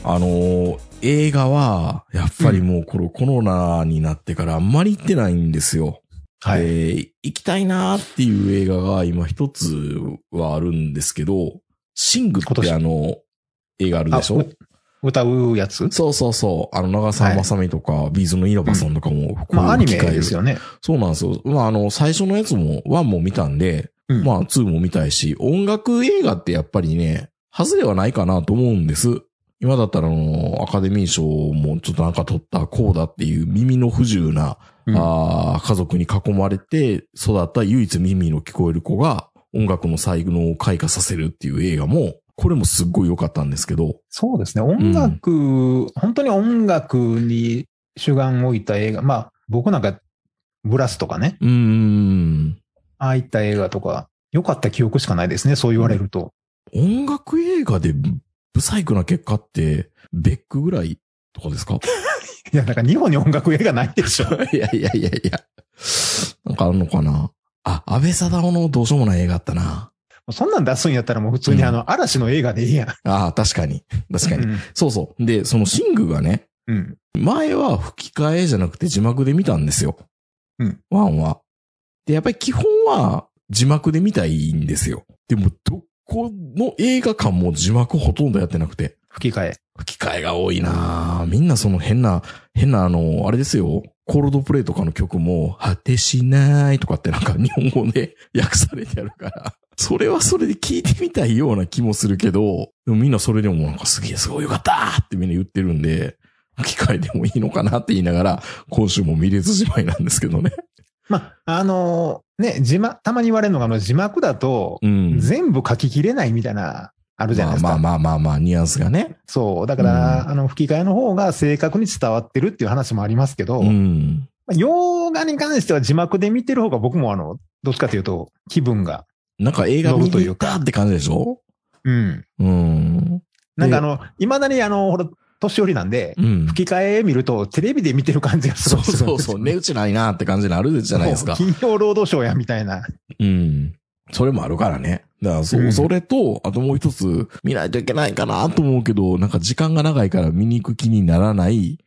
Speaker 3: あのー映画は、やっぱりもうこのコロナになってからあんまり行ってないんですよ。
Speaker 4: はい。
Speaker 3: で行きたいなーっていう映画が今一つはあるんですけど、シングっ
Speaker 4: 今
Speaker 3: て
Speaker 4: 年
Speaker 3: あの、映画あるでしょ
Speaker 4: あ歌うやつ
Speaker 3: そうそうそう。あの、長澤まさみとか、ビーズの稲葉さんとかも、こう
Speaker 4: まあ、アニメ
Speaker 3: 機会
Speaker 4: ですよね。
Speaker 3: そうなんですよ。まあ、あの、最初のやつも、1も見たんで、
Speaker 4: うん
Speaker 3: まあ、2も見たいし、音楽映画ってやっぱりね、外れはないかなと思うんです。今だったら、あの、アカデミー賞もちょっとなんか取った、こうだっていう耳の不自由な、
Speaker 4: うん
Speaker 3: あー家族に囲まれて育った唯一耳の聞こえる子が、音楽の才能を開花させるっていう映画も、これもすっごい良かったんですけど、
Speaker 4: そうですね。音楽、本当に音楽に主眼を置いた映画。まあ、僕なんか、ブラスとかね、
Speaker 3: うーん。
Speaker 4: ああいった映画とか、良かった記憶しかないですね。そう言われると。
Speaker 3: 音楽映画でブサイクな結果って、ベックぐらいとかですか
Speaker 4: いや、なんか日本に音楽映画ない でしょ。
Speaker 3: いやいやいやいや。なんかあるのかなあ、安倍貞夫のどうしようもない映画あったな。
Speaker 4: そんなん出すんやったらもう普通にあの、嵐の映画でいいやん。
Speaker 3: ああ、確かに。確かに。
Speaker 4: うん
Speaker 3: そうそう。で、そのシングがね、
Speaker 4: うん。
Speaker 3: 前は吹き替えじゃなくて字幕で見たんですよ。
Speaker 4: うん。
Speaker 3: ワンは。で、やっぱり基本は字幕で見たいんですよ。でも、どこの映画館も字幕ほとんどやってなくて。
Speaker 4: 吹き替え。
Speaker 3: 吹き替えが多いなぁみんなその変な、変なあの、あれですよ。コールドプレイとかの曲も、果てしないとかってなんか日本語で訳されてあるから、それはそれで聞いてみたいような気もするけど、でもみんなそれでもなんかすげえすごいよかったーってみんな言ってるんで、吹き替えでもいいのかなって言いながら、今週も見れずじまいなんですけどね。
Speaker 4: まあ、あのね、字幕、たまに言われるのが、あの、字幕だと、
Speaker 3: うん。
Speaker 4: 全部書ききれないみたいな、あるじゃないですか。
Speaker 3: まあまあまあまあまあ、ニュアンスがね。
Speaker 4: そう。だから、あの、吹き替えの方が正確に伝わってるっていう話もありますけど、
Speaker 3: うん。
Speaker 4: まあ洋画に関しては字幕で見てる方が僕もあの、どっちかというと気分が。
Speaker 3: なんか映画見
Speaker 4: 乗ると
Speaker 3: に
Speaker 4: い
Speaker 3: 行っ
Speaker 4: う
Speaker 3: たって感じでしょ
Speaker 4: うん。
Speaker 3: うん。
Speaker 4: なんかあの、いまだにあの、ほら、年寄りなんで、
Speaker 3: うん。
Speaker 4: 吹き替え見るとテレビで見てる感じがす
Speaker 3: そう
Speaker 4: ごいする
Speaker 3: そ
Speaker 4: ん
Speaker 3: う
Speaker 4: です
Speaker 3: そ
Speaker 4: よ
Speaker 3: う、 値打ちないなって感じのあるじゃないですか
Speaker 4: も。う金曜ロードショーやみたいな。
Speaker 3: うん。それもあるからね。だからそ、
Speaker 4: うん
Speaker 3: それと、あともう一つ、見ないといけないかなと思うけど、なんか時間が長いから見に行く気にならない、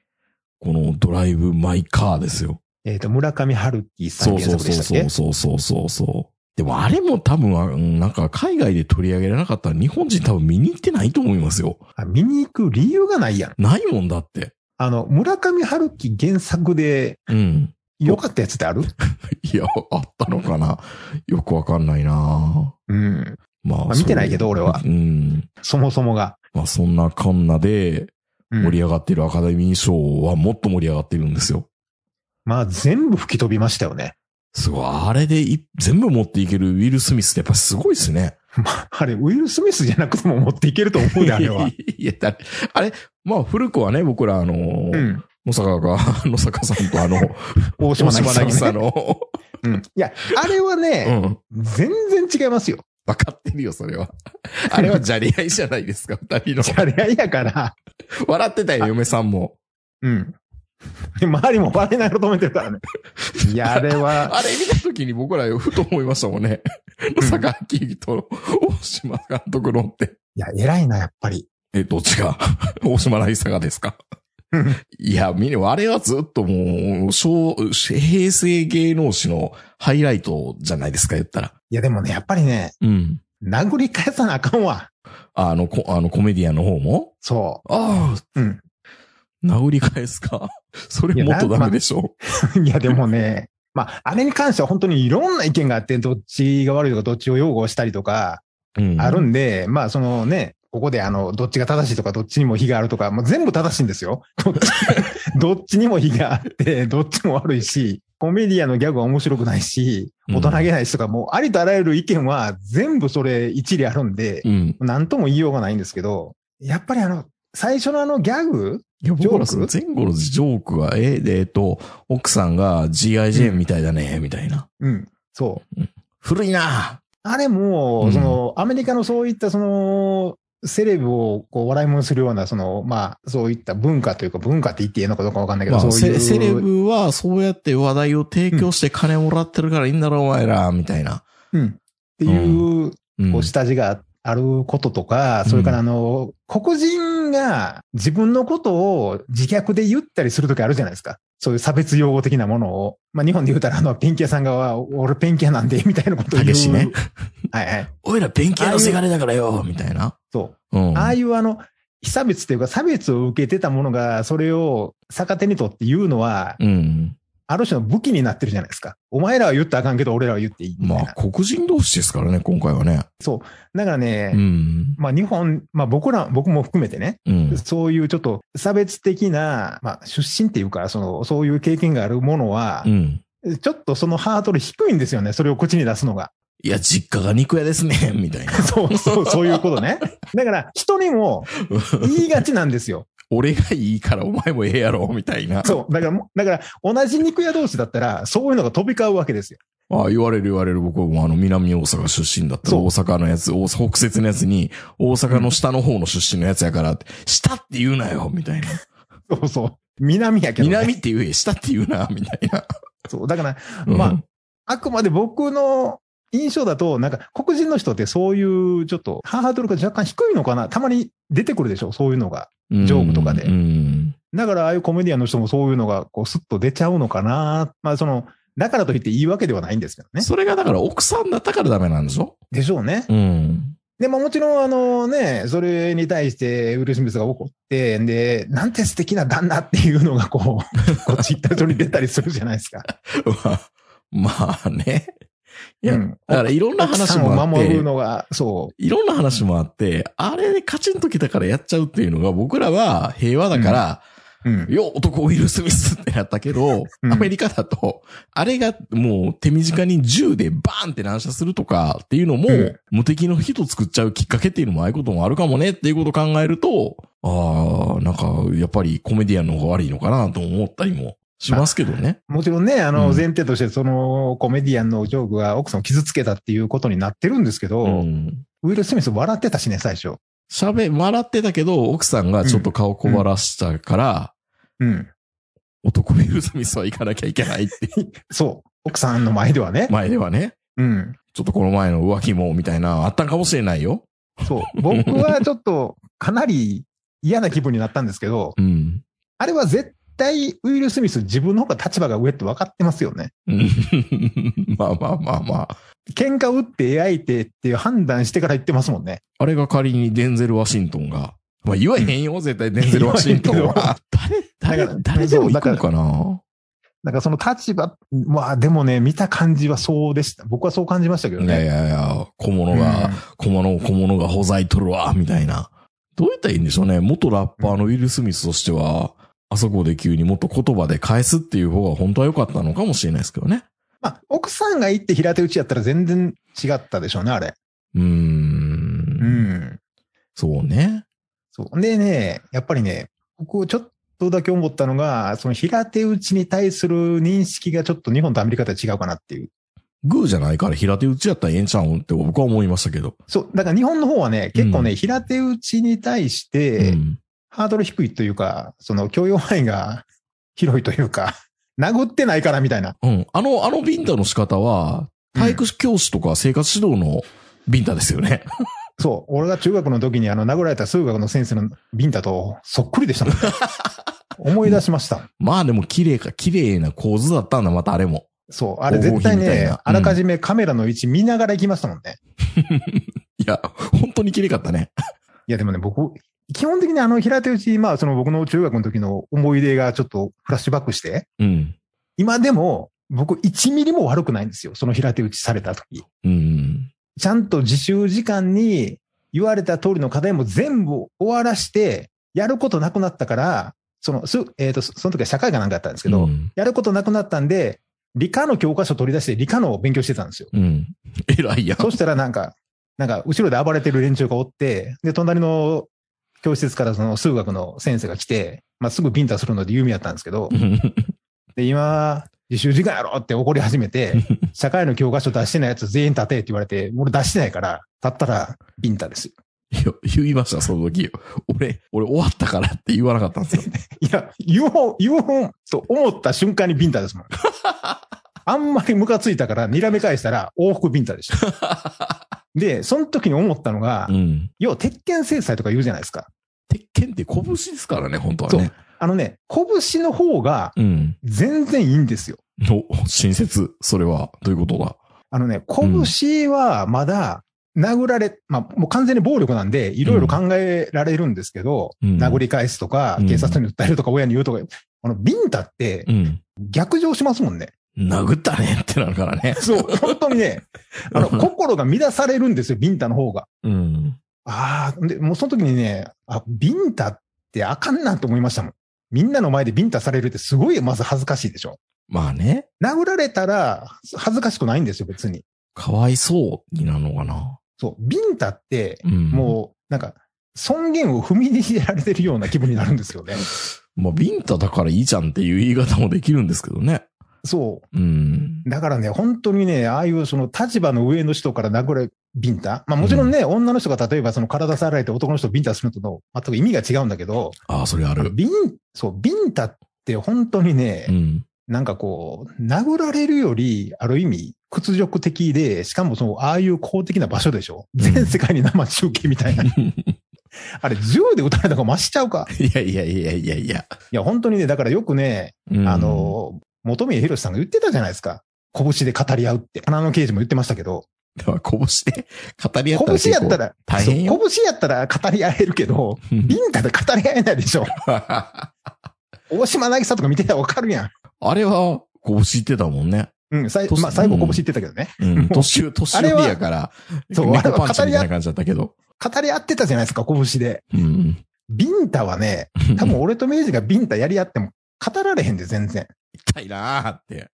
Speaker 3: このドライブ・マイ・カーですよ。
Speaker 4: えっ、と、村上春樹さ
Speaker 3: そう
Speaker 4: ん
Speaker 3: そう
Speaker 4: 原作
Speaker 3: そ
Speaker 4: で
Speaker 3: う
Speaker 4: したっ
Speaker 3: そう
Speaker 4: け
Speaker 3: そうそうそうそう。でもあれも多分、うんなんか海外で取り上げられなかったら日本人多分見に行ってないと思いますよ。
Speaker 4: あ見に行く理由がないやん。
Speaker 3: ないもんだって。
Speaker 4: あの、村上春樹原作で
Speaker 3: うん。
Speaker 4: 良かったやつってある
Speaker 3: いや、あったのかな。よくわかんないな
Speaker 4: うん。
Speaker 3: まあ。
Speaker 4: まあ見てないけど俺は
Speaker 3: そううん。
Speaker 4: そもそもが。
Speaker 3: まあそんなカンナで
Speaker 4: うん
Speaker 3: 盛り上がってるアカデミー賞はもっと盛り上がってるんですよ。
Speaker 4: まあ全部吹き飛びましたよね。
Speaker 3: すごい。あれでい全部持っていけるウィル・スミスってやっぱすごいですね。
Speaker 4: まあ、あれ、ウィル・スミスじゃなくても持っていけると思うで、 あれは。。
Speaker 3: いや、だあれ、まあ古くはね、僕らあのー、
Speaker 4: うん。
Speaker 3: 野坂が、 野坂さんとあの、
Speaker 4: 大島渚
Speaker 3: 大
Speaker 4: のね。
Speaker 3: の、
Speaker 4: うん。いや、あれは
Speaker 3: う
Speaker 4: ね、
Speaker 3: ん。
Speaker 4: 全然違いますよ。
Speaker 3: わかってるよ、それは。あれはじゃり合いじゃないですか、二人の。
Speaker 4: じゃれ合いやから、
Speaker 3: 笑ってたよ、嫁さんも。
Speaker 4: うん。で 周りも笑いながら止めてる からね。いや、あれは、
Speaker 3: あれ見た時に僕らふと思いましたもんね。野坂明と大島監督のって。
Speaker 4: いや、偉いな、やっぱり。
Speaker 3: え、どっちが 大島来佐がですか
Speaker 4: うん
Speaker 3: いや、みんな、あれはずっともう、小、平成芸能史のハイライトじゃないですか、言ったら。
Speaker 4: いや、でもね、やっぱりね、
Speaker 3: うん。
Speaker 4: 殴り返さなあかんわ。
Speaker 3: あの、こあのコメディアンの方も
Speaker 4: そ
Speaker 3: ああ、
Speaker 4: う。うん。
Speaker 3: 殴り返すか。 それもっとダメでしょ。
Speaker 4: いや、でもね、まあ、あれに関しては本当にいろんな意見があって、どっちが悪いとか、どっちを擁護したりとか、
Speaker 3: うん
Speaker 4: あるんで、まあ、そのね、ここであの、どっちが正しいとか、どっちにも非があるとか、もう全部正しいんですよ。どっち どっちにも非があって、どっちも悪いし、コメディアンのギャグは面白くないし、大人げないしとか、もうありとあらゆる意見は全部それ一理あるんで、
Speaker 3: うん。
Speaker 4: なんとも言いようがないんですけど、やっぱりあの、最初のあのギャグ
Speaker 3: いや、僕ら
Speaker 4: ジ
Speaker 3: そ
Speaker 4: ョ
Speaker 3: の
Speaker 4: ー
Speaker 3: 前後のジョークは、え、でえっと、奥さんが G.I. ジェーンみたいだね、みたいな。
Speaker 4: うん、そう。
Speaker 3: 古いな
Speaker 4: あれも、
Speaker 3: うん
Speaker 4: その、アメリカのそういった、その、セレブをこう笑い物にするような、その、まあ、そういった文化というか、文化って言っていいのかどうかわかんないけど、
Speaker 3: まあ、
Speaker 4: そうい
Speaker 3: セ
Speaker 4: う。
Speaker 3: セレブはそうやって話題を提供して金もらってるからいいんだろ、お前ら、みたいな。
Speaker 4: うん。っていう、
Speaker 3: うん
Speaker 4: こう、下地があることとか、それから、あの、黒人が自分のことを自虐で言ったりするときあるじゃないですか。そういう差別用語的なものを。まあ、日本で言うたら、あの、ペンキ屋さんが、俺ペンキ屋なんで、みたいなことを言う。
Speaker 3: たけしね。
Speaker 4: はいはい。
Speaker 3: おいら勉強のせがれだからよ、みたいな。
Speaker 4: そう。
Speaker 3: うん。
Speaker 4: ああいうあの、被差別というか、差別を受けてたものが、それを逆手にとって言うのは、
Speaker 3: うん。
Speaker 4: ある種の武器になってるじゃないですか。お前らは言ったらあかんけど、俺らは言っていいみた
Speaker 3: ま
Speaker 4: いな。
Speaker 3: あ、黒人同士ですからね、今回はね。
Speaker 4: だからね、
Speaker 3: うん。
Speaker 4: まあ日本、まあ僕ら、僕も含めてね、
Speaker 3: うん。
Speaker 4: そういうちょっと差別的な、まあ出身っていうか、その、そういう経験があるものは
Speaker 3: う、ん。
Speaker 4: ちょっとそのハードル低いんですよね。それを口に出すのが。
Speaker 3: いや、実家が肉屋ですね、 みたいな。
Speaker 4: そうそう、そういうことね。だから、人にも言いがちなんですよ。
Speaker 3: 俺がいいからお前もええやろ、みたいな。
Speaker 4: そう。だからもう、だから、同じ肉屋同士だったら、そういうのが飛び交うわけですよ。
Speaker 3: ああ、言われる言われる。僕はもうあの、南大阪出身だったら、
Speaker 4: そう
Speaker 3: 大阪のやつ、大北節のやつに、大阪の下の方の出身のやつやからって、下って言うなよ、みたいな。
Speaker 4: そうそう。南やけど、ね。
Speaker 3: 南って言え、下って言うな、みたいな。
Speaker 4: そう。だから、
Speaker 3: うん
Speaker 4: まあ、あくまで僕の印象だと、なんか黒人の人ってそういうちょっとハードルが若干低いのかな。たまに出てくるでしょ、そういうのが。ジョークとかで
Speaker 3: うん。
Speaker 4: だから、ああいうコメディアンの人もそういうのが、こう、スッと出ちゃうのかな。まあ、その、だからといっていいわけではないんですけどね。
Speaker 3: それがだから奥さんだったからダメなんでしょ
Speaker 4: でしょうね。
Speaker 3: うん。
Speaker 4: で、まあもちろん、あのね、それに対してウィル・スミスが怒って、で、なんて素敵な旦那っていうのが、こう、 こうツイッター上に出たりするじゃないですか。
Speaker 3: まあね。いや、
Speaker 4: うん
Speaker 3: だからいろんな
Speaker 4: 奥
Speaker 3: 話
Speaker 4: さん
Speaker 3: もあ
Speaker 4: を
Speaker 3: っ
Speaker 4: 守る
Speaker 3: て、
Speaker 4: のが、そう。
Speaker 3: いろんな話もあって、あれでカチンときたからやっちゃうっていうのが僕らは平和だから、
Speaker 4: うん。
Speaker 3: よ、男ウィル・スミスってなったけど、
Speaker 4: うん
Speaker 3: アメリカだと、あれがもう手短に銃でバーンって乱射するとかっていうのも、
Speaker 4: うん
Speaker 3: 無敵の人作っちゃうきっかけっていうのもああいうこともあるかもねっていうことを考えると、ああ、なんか、やっぱりコメディアンの方が悪いのかなと思ったりもしますけどね。
Speaker 4: もちろんね、あ
Speaker 3: う
Speaker 4: の、
Speaker 3: ん
Speaker 4: 前提として、その、コメディアンのジョークが奥さんを傷つけたっていうことになってるんですけど、
Speaker 3: うん
Speaker 4: ウィル・スミス笑ってたしね、最初。
Speaker 3: 喋、笑ってたけど、奥さんがちょっと顔こばらしたから、
Speaker 4: うん。
Speaker 3: 男ウィル・スミスは行かなきゃいけないって、
Speaker 4: そう。奥さんの前ではね。
Speaker 3: 前ではね、
Speaker 4: うん。
Speaker 3: ちょっとこの前の浮気もみたいな、あったんかもしれないよ。
Speaker 4: そう。僕はちょっと、かなり嫌な気分になったんですけど、
Speaker 3: うん。
Speaker 4: あれは絶対、ウィル・スミス自分の方が立場が上って分かってますよね。
Speaker 3: うんまあまあまあまあ。
Speaker 4: 喧嘩打って焼いてっていう判断してから言ってますもんね。
Speaker 3: あれが仮にデンゼル・ワシントンが。まあ言わへんよ、絶対デンゼル・ワシントン
Speaker 4: 言わへ
Speaker 3: は。誰、
Speaker 4: だか
Speaker 3: 誰誰
Speaker 4: ら、
Speaker 3: でも行くんかな。
Speaker 4: だからその立場、まあでもね、見た感じはそうでした。僕はそう感じましたけど
Speaker 3: いやい
Speaker 4: ね。
Speaker 3: やいや、小物
Speaker 4: うん
Speaker 3: が、小物、小物がほざいとるわ、みたいな。どうやったらいいんでしょうね。元ラッパーのウィル・スミスとしては、あそこで急にもっと言葉で返すっていう方が本当は良かったのかもしれないですけどね。
Speaker 4: まあ、奥さんが行って平手打ちやったら全然違ったでしょうね、あれ。
Speaker 3: うー。
Speaker 4: うんん。
Speaker 3: そうね。
Speaker 4: そう。でね、やっぱりね、僕ちょっとだけ思ったのが、その平手打ちに対する認識がちょっと日本とアメリカとは違うかなっていう。
Speaker 3: グーじゃないから平手打ちやったらええんちゃうんって僕は思いましたけど。
Speaker 4: そう。だから日本の方はね、結構ね、
Speaker 3: うん
Speaker 4: 平手打ちに対して、
Speaker 3: うん
Speaker 4: ハードル低いというか、その許容範囲が 広いというか、殴ってないからみたいな。
Speaker 3: うん。あの、あのビンタの仕方は、体育教師とか生活指導のビンタですよね。
Speaker 4: そう。俺が中学の時にあの殴られた数学の先生のビンタとそっくり でしたもん、ね、思い出しました。
Speaker 3: まあでも綺麗か、綺麗な構図だったんだ、またあれも。
Speaker 4: そう。あれ絶
Speaker 3: 大喜利
Speaker 4: 対
Speaker 3: みたいな
Speaker 4: ね
Speaker 3: うん、
Speaker 4: あらかじめカメラの位置見ながら行きましたもんね。
Speaker 3: いや、本当に綺麗かったね。
Speaker 4: いやでもね、僕、基本的にあの平手打ち、まあその僕の中学の時の思い出がちょっとフラッシュバックして、
Speaker 3: うん。
Speaker 4: 今でも僕1ミリも悪くないんですよ。その平手打ちされた時。
Speaker 3: うん。
Speaker 4: ちゃんと自習時間に言われた通りの課題も全部終わらして、やることなくなったから、その、す、えっ、と、そその時は社会がなんかだったんですけど、
Speaker 3: うん。
Speaker 4: やることなくなったんで、理科の教科書取り出して理科の勉強してたんですよ。
Speaker 3: うん。偉 いやん。
Speaker 4: そしたらなんか、なんか後ろで暴れてる連中がおって、で、隣の教室からその数学の先生が来て、まあ、すぐビンタするので有名やったんですけど
Speaker 3: う、ん
Speaker 4: で、今、自習時間やろって怒り始 めて、社会の教科書出してないやつ全員立てって言われて、俺出してないから、立ったらビンタですよ。
Speaker 3: いや、言いました、その時。俺、俺終わったからって言わなかったんですよ。
Speaker 4: いや、言おう、言おうと思った瞬間にビンタです もん。あんまりムカついたから、睨み返したら往復ビンタでした。 で、その時に思ったのが、
Speaker 3: うん。
Speaker 4: 要は鉄拳制裁とか言うじゃないですか。
Speaker 3: 鉄拳って拳ですからね、本当は
Speaker 4: そう
Speaker 3: ね。
Speaker 4: あのね、拳の方が
Speaker 3: うん。
Speaker 4: 全然いいんですよ。
Speaker 3: お、親切。それは、どういうことだ
Speaker 4: あのね、拳はまだ殴られ、まあもう完全に暴力なんで、いろいろ考えられるんですけど、
Speaker 3: うん
Speaker 4: 殴り返すとか
Speaker 3: うん、
Speaker 4: 警察に訴えるとか、親に言うとか、あの、ビンタって
Speaker 3: うん。
Speaker 4: 逆上しますもんね。
Speaker 3: 殴ったねってなるからね。
Speaker 4: そう、本当にね、あの、心が乱されるんですよ、ビンタの方が。
Speaker 3: うん。
Speaker 4: ああ、で、もうその時にね、あ、ビンタってあかんなと思いましたもん。みんなの前でビンタされるってすごいまず恥ずかしいでしょ。
Speaker 3: まあね、
Speaker 4: 殴られたら恥ずかしくないんですよ、別に。
Speaker 3: かわいそうになるのかな。
Speaker 4: そう、ビンタって、
Speaker 3: うん。
Speaker 4: もう、なんか、尊厳を踏みにじられてるような気分になるんです よね。
Speaker 3: まあ、ビンタだからいいじゃんっていう言い方もできるんですけどね。
Speaker 4: そ
Speaker 3: うん。
Speaker 4: う。だからね、本当にね、ああいうその立場の上の人から殴れ、ビンタ。まあもちろんね、女の人が例えばその体触られて男の人をビンタするのとの全く意味が違うんだけど、
Speaker 3: ああ、それある。
Speaker 4: ビン、そう、ビンタって本当にね、
Speaker 3: うん。
Speaker 4: なんかこう、殴られるより、ある意味、屈辱的で、しかもその、ああいう公的な場所でしょ
Speaker 3: うん
Speaker 4: 全世界に生中継みたいな。あれ、銃で撃たれた方が増しちゃうか。
Speaker 3: いやいやいやいやいや。
Speaker 4: いや、本当にね、だからよくね、
Speaker 3: うん
Speaker 4: あ、の、元宮博さんが言ってたじゃないですか。拳で語り合うって。花の刑事も言ってましたけど、
Speaker 3: では、拳で語り合ったら
Speaker 4: 拳やったら、
Speaker 3: 大変よ
Speaker 4: そう拳やったら語り合えるけど、
Speaker 3: 結構
Speaker 4: ビンタで語り合えないでしょ。大島渚とか見てたらわかるや
Speaker 3: あれは、拳言ってたもんね。
Speaker 4: ん。うん、さい
Speaker 3: と
Speaker 4: まあ、最後拳言ってたけどね。
Speaker 3: うん。年上、年寄りやから、
Speaker 4: そう
Speaker 3: 猫パンチみたいな感じだったけど。
Speaker 4: 語り合ってたじゃないですか、拳で。
Speaker 3: うん。
Speaker 4: ビンタはね、多分俺と明治がビンタやり合っても語られへんで、全然。
Speaker 3: 痛いなーって。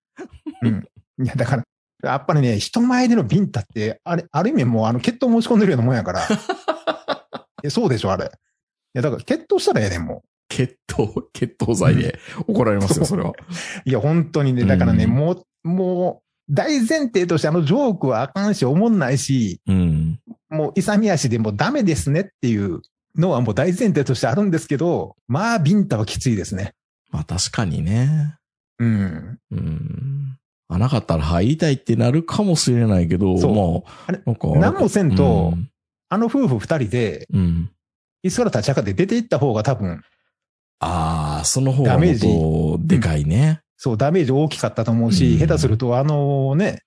Speaker 4: いや、だから、やっぱりね、人前でのビンタって、あれ、ある意味もうあの、血統申し込んでるようなもんやから。 えそうでしょ、あれ。いや、だから、血統したらええねん、も
Speaker 3: 血糖、血糖剤で怒られますよ、それ は。
Speaker 4: う。いや、本当にね、だからね、
Speaker 3: うん
Speaker 4: もう、もう、大前提としてあのジョークはあかんし、思んないし、
Speaker 3: うん。
Speaker 4: もう、勇み足でもうダメですねっていうのはもう大前提としてあるんですけど、まあ、ビンタはきついですね。
Speaker 3: まあ確かにね。
Speaker 4: うん。
Speaker 3: うん。あ、なかったら入りたいってなるかもしれないけど、
Speaker 4: そ
Speaker 3: まあ
Speaker 4: あれ、
Speaker 3: なんか。
Speaker 4: 何もせんと
Speaker 3: うん
Speaker 4: あの夫婦二人で、
Speaker 3: うん。
Speaker 4: 椅子から立ち上がって出て行った方が多分、
Speaker 3: ああ、その方が
Speaker 4: ダメージ
Speaker 3: もっとでかいね。
Speaker 4: そう、ダメージ大きかったと思う
Speaker 3: う
Speaker 4: し、
Speaker 3: ん
Speaker 4: 下手すると、あのね、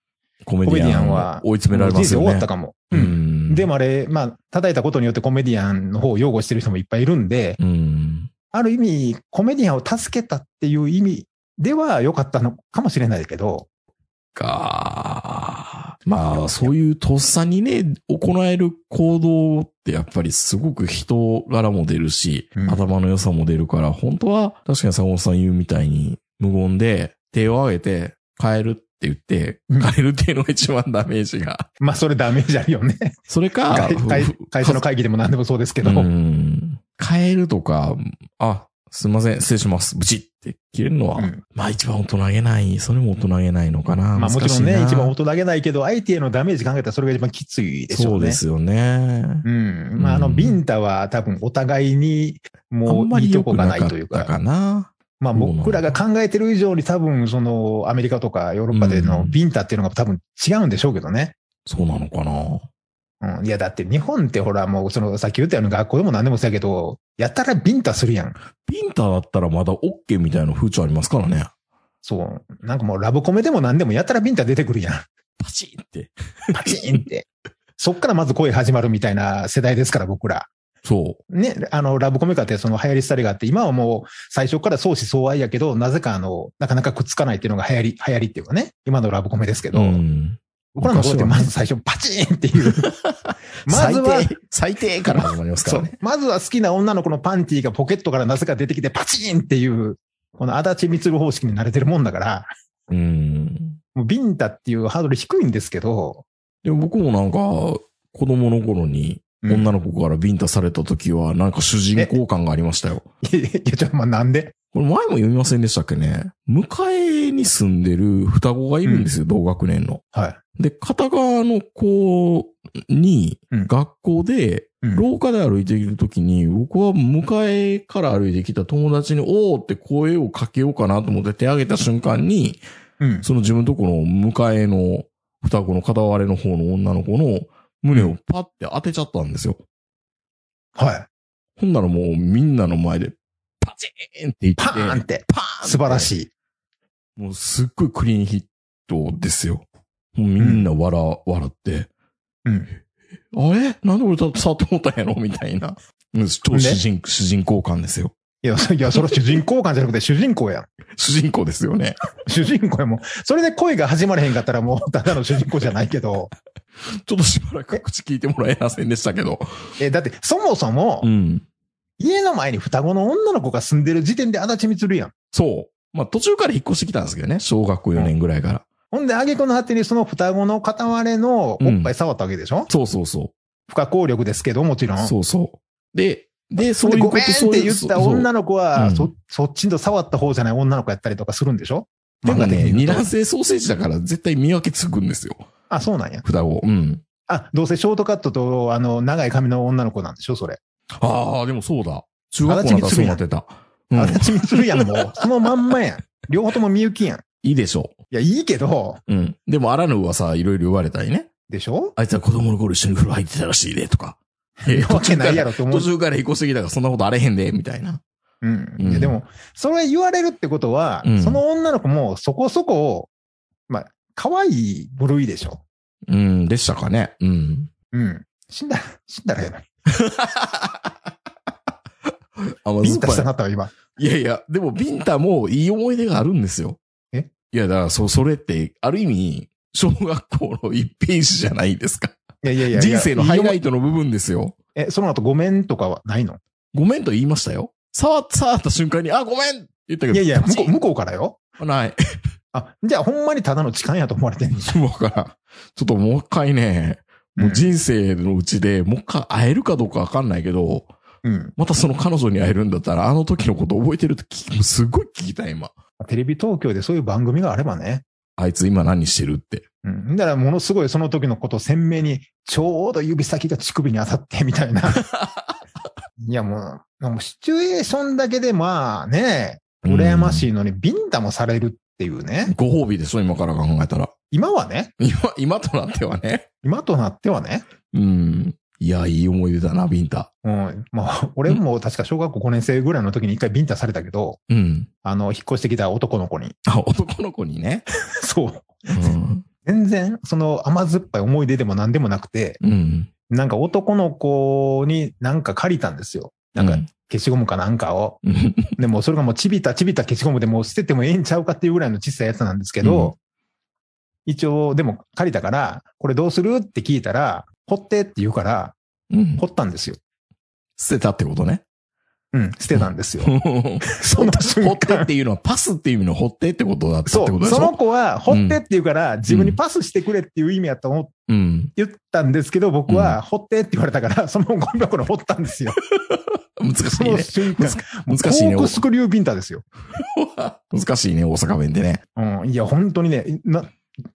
Speaker 3: コメディアンは追い詰められ
Speaker 4: 人
Speaker 3: ます
Speaker 4: 生
Speaker 3: よ
Speaker 4: 終
Speaker 3: ね。
Speaker 4: わったかも。
Speaker 3: う
Speaker 4: うん
Speaker 3: ん。
Speaker 4: でもあれ、まあ、叩いたことによってコメディアンの方を擁護してる人もいっぱいいるんで、
Speaker 3: うん。
Speaker 4: ある意味、コメディアンを助けたっていう意味では良かったのかもしれないけど、
Speaker 3: か。まあ、そういうとっさにね、行える行動ってやっぱりすごく人柄も出るし、
Speaker 4: うん
Speaker 3: 頭の良さも出るから、本当は確かに坂本さん言うみたいに、無言で手を挙げて帰るって言って
Speaker 4: うん、
Speaker 3: 帰るっていうのが一番ダメージ が。
Speaker 4: まあ、それダメージあるよね。
Speaker 3: それか
Speaker 4: 会、会会社の会議でも何でもそうですけど。
Speaker 3: うん。変えるとか、あ、すいません、失礼します。ブチって切れるのは、
Speaker 4: うん
Speaker 3: まあ一番大人げない、それも大人げないのかな。
Speaker 4: まあ、もちろんね、
Speaker 3: 難しい
Speaker 4: 一
Speaker 3: な
Speaker 4: 番大人げないけど、相手へのダメージ考えたらそれが一番きついでしょ
Speaker 3: そううで
Speaker 4: ね。
Speaker 3: すよね。
Speaker 4: うん。まあ、あの、
Speaker 3: うん
Speaker 4: ビンタは多分お互いに、
Speaker 3: あ
Speaker 4: も
Speaker 3: んま
Speaker 4: うい
Speaker 3: り
Speaker 4: いと
Speaker 3: 良
Speaker 4: こ
Speaker 3: く
Speaker 4: が
Speaker 3: な
Speaker 4: な
Speaker 3: か
Speaker 4: い
Speaker 3: っ
Speaker 4: という
Speaker 3: た
Speaker 4: か
Speaker 3: か。な。
Speaker 4: まあ、僕らが考えてる以上に多分、その、アメリカとかヨーロッパでの
Speaker 3: うん
Speaker 4: ビンタっていうのが多分違うんでしょうけどね。
Speaker 3: そうなのかな。
Speaker 4: うん。いや、だって日本ってほら、もう、その、さっき言ったように学校でも何でもそうやけど、やったらビンタするやん。
Speaker 3: ビンタだったらまだ OK みたいな風潮ありますからね。
Speaker 4: そう。なんかもう、ラブコメでも何でもやったらビンタ出て くるやん。
Speaker 3: パチンって。
Speaker 4: パチンって。そっからまず恋始まるみたいな世代ですから、僕ら。
Speaker 3: そ
Speaker 4: ね、あの、ラブコメカってその流行り廃りがあって、今はもう最初から相思相愛やけど、なぜかあの、なかなかくっつかないっていうのが流行り、流行りっていうかね、今のラブコメですけ
Speaker 3: う。
Speaker 4: ど、
Speaker 3: ん。
Speaker 4: 僕らの頃ってまず最初パチンって いう。まずは
Speaker 3: 最、低、最低から始まりますか
Speaker 4: そ
Speaker 3: ら
Speaker 4: う
Speaker 3: ね。、
Speaker 4: まずは好きな女の子のパンティーがポケットからなぜか出てきてパチンっていう、この足立光方式に慣れてるもんだから、
Speaker 3: うん。
Speaker 4: もうビンタっていうハードル低いんですけど、
Speaker 3: でも僕もなんか、子供の頃に
Speaker 4: うん
Speaker 3: 女の子からビンタされた時は、なんか主人公感がありましたよ。
Speaker 4: いや、いやちょっとまあなんで
Speaker 3: これ前も読みませんでしたっけね。迎えに住んでる双子がいるんですよ、同学年の。
Speaker 4: はい。
Speaker 3: で、片側の子に、
Speaker 4: うん
Speaker 3: 学校で、
Speaker 4: うん
Speaker 3: 廊下で歩いている時に、僕は迎えから歩いてきた友達に、おーって声をかけようかなと思って手を挙げた瞬間に、
Speaker 4: うん。
Speaker 3: その自分のところの迎えの双子の片割れの方の女の子の胸をパッて当てちゃったんですよ。
Speaker 4: はい。
Speaker 3: ほんならもうみんなの前で、パチーンって言って、
Speaker 4: パーンって、
Speaker 3: パーン
Speaker 4: 素晴ら
Speaker 3: い。
Speaker 4: しい。
Speaker 3: もうすっごいクリーンヒットですよ。もうみんな笑、笑って。
Speaker 4: うん。
Speaker 3: あれなんで俺ださと思ったんやろみたいな。うん超主人、主人公感ですよ。
Speaker 4: いや、そいや、それは主人公感じゃなくて主人公やん。
Speaker 3: 主人公ですよね。
Speaker 4: 主人公やもん。それで恋が始まれへんかったらもうただの主人公じゃないけど。
Speaker 3: ちょっとしばらく口聞いてもらえませんでしたけど。
Speaker 4: え、だってそもそも、
Speaker 3: うん。
Speaker 4: 家の前に双子の女の子が住んでる時点で足立みつるやん。
Speaker 3: そう。まあ途中から引っ越してきたんですけどね。小学校4年ぐらいから。
Speaker 4: ほんで、挙句の果てにその双子の片割れのおっぱい触ったわけでしょ、
Speaker 3: そうそうそ
Speaker 4: 不可抗力ですけど、もちろ
Speaker 3: う。
Speaker 4: ん。
Speaker 3: そうそう。で、で、
Speaker 4: ほ
Speaker 3: そ
Speaker 4: ん
Speaker 3: う
Speaker 4: で
Speaker 3: いう
Speaker 4: ご
Speaker 3: こ
Speaker 4: めん
Speaker 3: と、
Speaker 4: っ
Speaker 3: そう
Speaker 4: て
Speaker 3: い
Speaker 4: 言
Speaker 3: う
Speaker 4: った女の子は、
Speaker 3: そう
Speaker 4: そ、そっちの触った方じゃない女の子やったりとかするんでしょ
Speaker 3: そうでもね、二
Speaker 4: 見
Speaker 3: 卵性ソーセージだから絶対見分けつくんですよ。
Speaker 4: あ、そうなんや。
Speaker 3: 双子。うん。
Speaker 4: あ、どうせショートカットと、あの、長い髪の女の子なんでしょそれ。
Speaker 3: ああ、でもそうだ。中学校の時そうなってた。うん。
Speaker 4: 足立みつるやん、もう。そのまんまやん。両方ともみゆきやん。
Speaker 3: いいでしょ
Speaker 4: いや、いいけど、
Speaker 3: う。うん。でも、あらぬ噂、いろいろ言われたりね。
Speaker 4: でしょ
Speaker 3: あいつは子供の頃一緒に風呂入ってたらしいで、とか。え
Speaker 4: わけないやろと思
Speaker 3: 途
Speaker 4: う。
Speaker 3: 中から引っ越してきたからそんなことあれへんで、みたいな。
Speaker 4: うん。
Speaker 3: うん
Speaker 4: いやでも、それ言われるってことは、
Speaker 3: うん
Speaker 4: その女の子もそこそこ、まあ、可愛い部類でしょ。
Speaker 3: うん、でしたかね。うん。
Speaker 4: うん。死んだら、死んだらやな。
Speaker 3: あ、ま
Speaker 4: ビンタした
Speaker 3: い。
Speaker 4: なったわ、今。
Speaker 3: いやいや、でも、ビンタもいい思い出があるんですよ。
Speaker 4: え
Speaker 3: いや、だから、そ、それって、ある意味、小学校の一ページじゃないですか。
Speaker 4: いやいやいや。
Speaker 3: 人生のハイラ
Speaker 4: いいよ
Speaker 3: イトの部分ですよ。
Speaker 4: え、その後ごめんとかはないの
Speaker 3: ごめんと言いましたよ。触っ、触った瞬間に、あ、ごめんって言ったけど。
Speaker 4: いやいや、
Speaker 3: パ
Speaker 4: 向こ
Speaker 3: チ
Speaker 4: う、
Speaker 3: ン
Speaker 4: 向こうからよ。
Speaker 3: ない。
Speaker 4: あ、じゃあほんまにただの痴漢やと思われてんの
Speaker 3: わからん。ちょっともう一回ね、もう人生のうちでもう一回会えるかどうかわかんないけど、
Speaker 4: うん。
Speaker 3: またその彼女に会えるんだったら、あの時のこと覚えてるって聞き、すごい聞きたい、今。
Speaker 4: テレビ東京でそういう番組があればね。
Speaker 3: あいつ今何してるって。
Speaker 4: うん。だからものすごいその時のことを鮮明に、ちょうど指先が乳首に当たってみたいな。いやもう、もうシチュエーションだけでまあね、羨まし
Speaker 3: い。
Speaker 4: いのにビンタもされるっていうね。
Speaker 3: ご褒美でしょ、今から考えたら。
Speaker 4: 今はね、
Speaker 3: 今、今となってはね。
Speaker 4: 今となってはね。
Speaker 3: うん。いや、いい思い出だな、ビンタ。
Speaker 4: うん。まあ、俺も確か小学校5年生ぐらいの時に一回ビンタされたけど、
Speaker 3: うん。
Speaker 4: あの、引っ越してきた男の子に。
Speaker 3: あ、男の子に ね。
Speaker 4: そう。
Speaker 3: うん。
Speaker 4: 全然、その甘酸っぱい思い出でも何でもなくて、
Speaker 3: うん。
Speaker 4: なんか男の子になんか借りたんですよ。なんか消しゴムかなんかを。
Speaker 3: うん、
Speaker 4: でもそれがもうちびたちびた消しゴムでもう捨ててもええんちゃうかっていうぐらいの小さいやつなんですけど、一応、でも借りたから、これどうするって聞いたら、掘ってって言うから、
Speaker 3: うん
Speaker 4: 掘ったんですよ。
Speaker 3: 捨てたってこと ね。
Speaker 4: うん、捨てたんですよ。
Speaker 3: そ
Speaker 4: そ
Speaker 3: の
Speaker 4: の
Speaker 3: 瞬
Speaker 4: 瞬
Speaker 3: 間。
Speaker 4: 間
Speaker 3: 掘ってっていうのはパスっていう意味の掘ってってことだった
Speaker 4: そ
Speaker 3: ってこと
Speaker 4: う、
Speaker 3: でしょ
Speaker 4: その子は、掘ってって言うから、自分にパスしてくれっていう意味やと思っ
Speaker 3: うん。
Speaker 4: 言ったんですけど、僕は、掘ってって言われたから、そのゴミ箱の掘ったんですよ。
Speaker 3: 難し
Speaker 4: そ
Speaker 3: い
Speaker 4: の
Speaker 3: ね。
Speaker 4: 瞬間。
Speaker 3: 難しいね。
Speaker 4: コークスクリュービンタですよ。
Speaker 3: 難しいね、大阪弁でね。
Speaker 4: うん、いや、本当にね、な、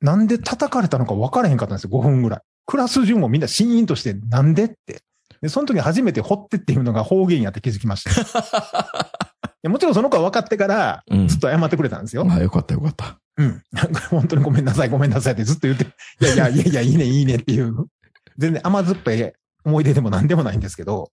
Speaker 4: なんで叩かれたのか分からへんかったんですよ、5分ぐらい。クラス中もみんなシーンとして、なんでって。で、その時初めて掘ってっていうのが方言やって気づき ました。いやもちろんその子は分かってから、
Speaker 3: うん
Speaker 4: ずっ。と謝ってくれたんですよ。
Speaker 3: あ、よかったよかった。
Speaker 4: うん。なんか本当にごめんなさい、ごめんなさいってずっと言って、いやいや、いやいや、いいね、いいねっていう。全然甘酸っぱい思い出でも何でもないんですけど、
Speaker 3: うん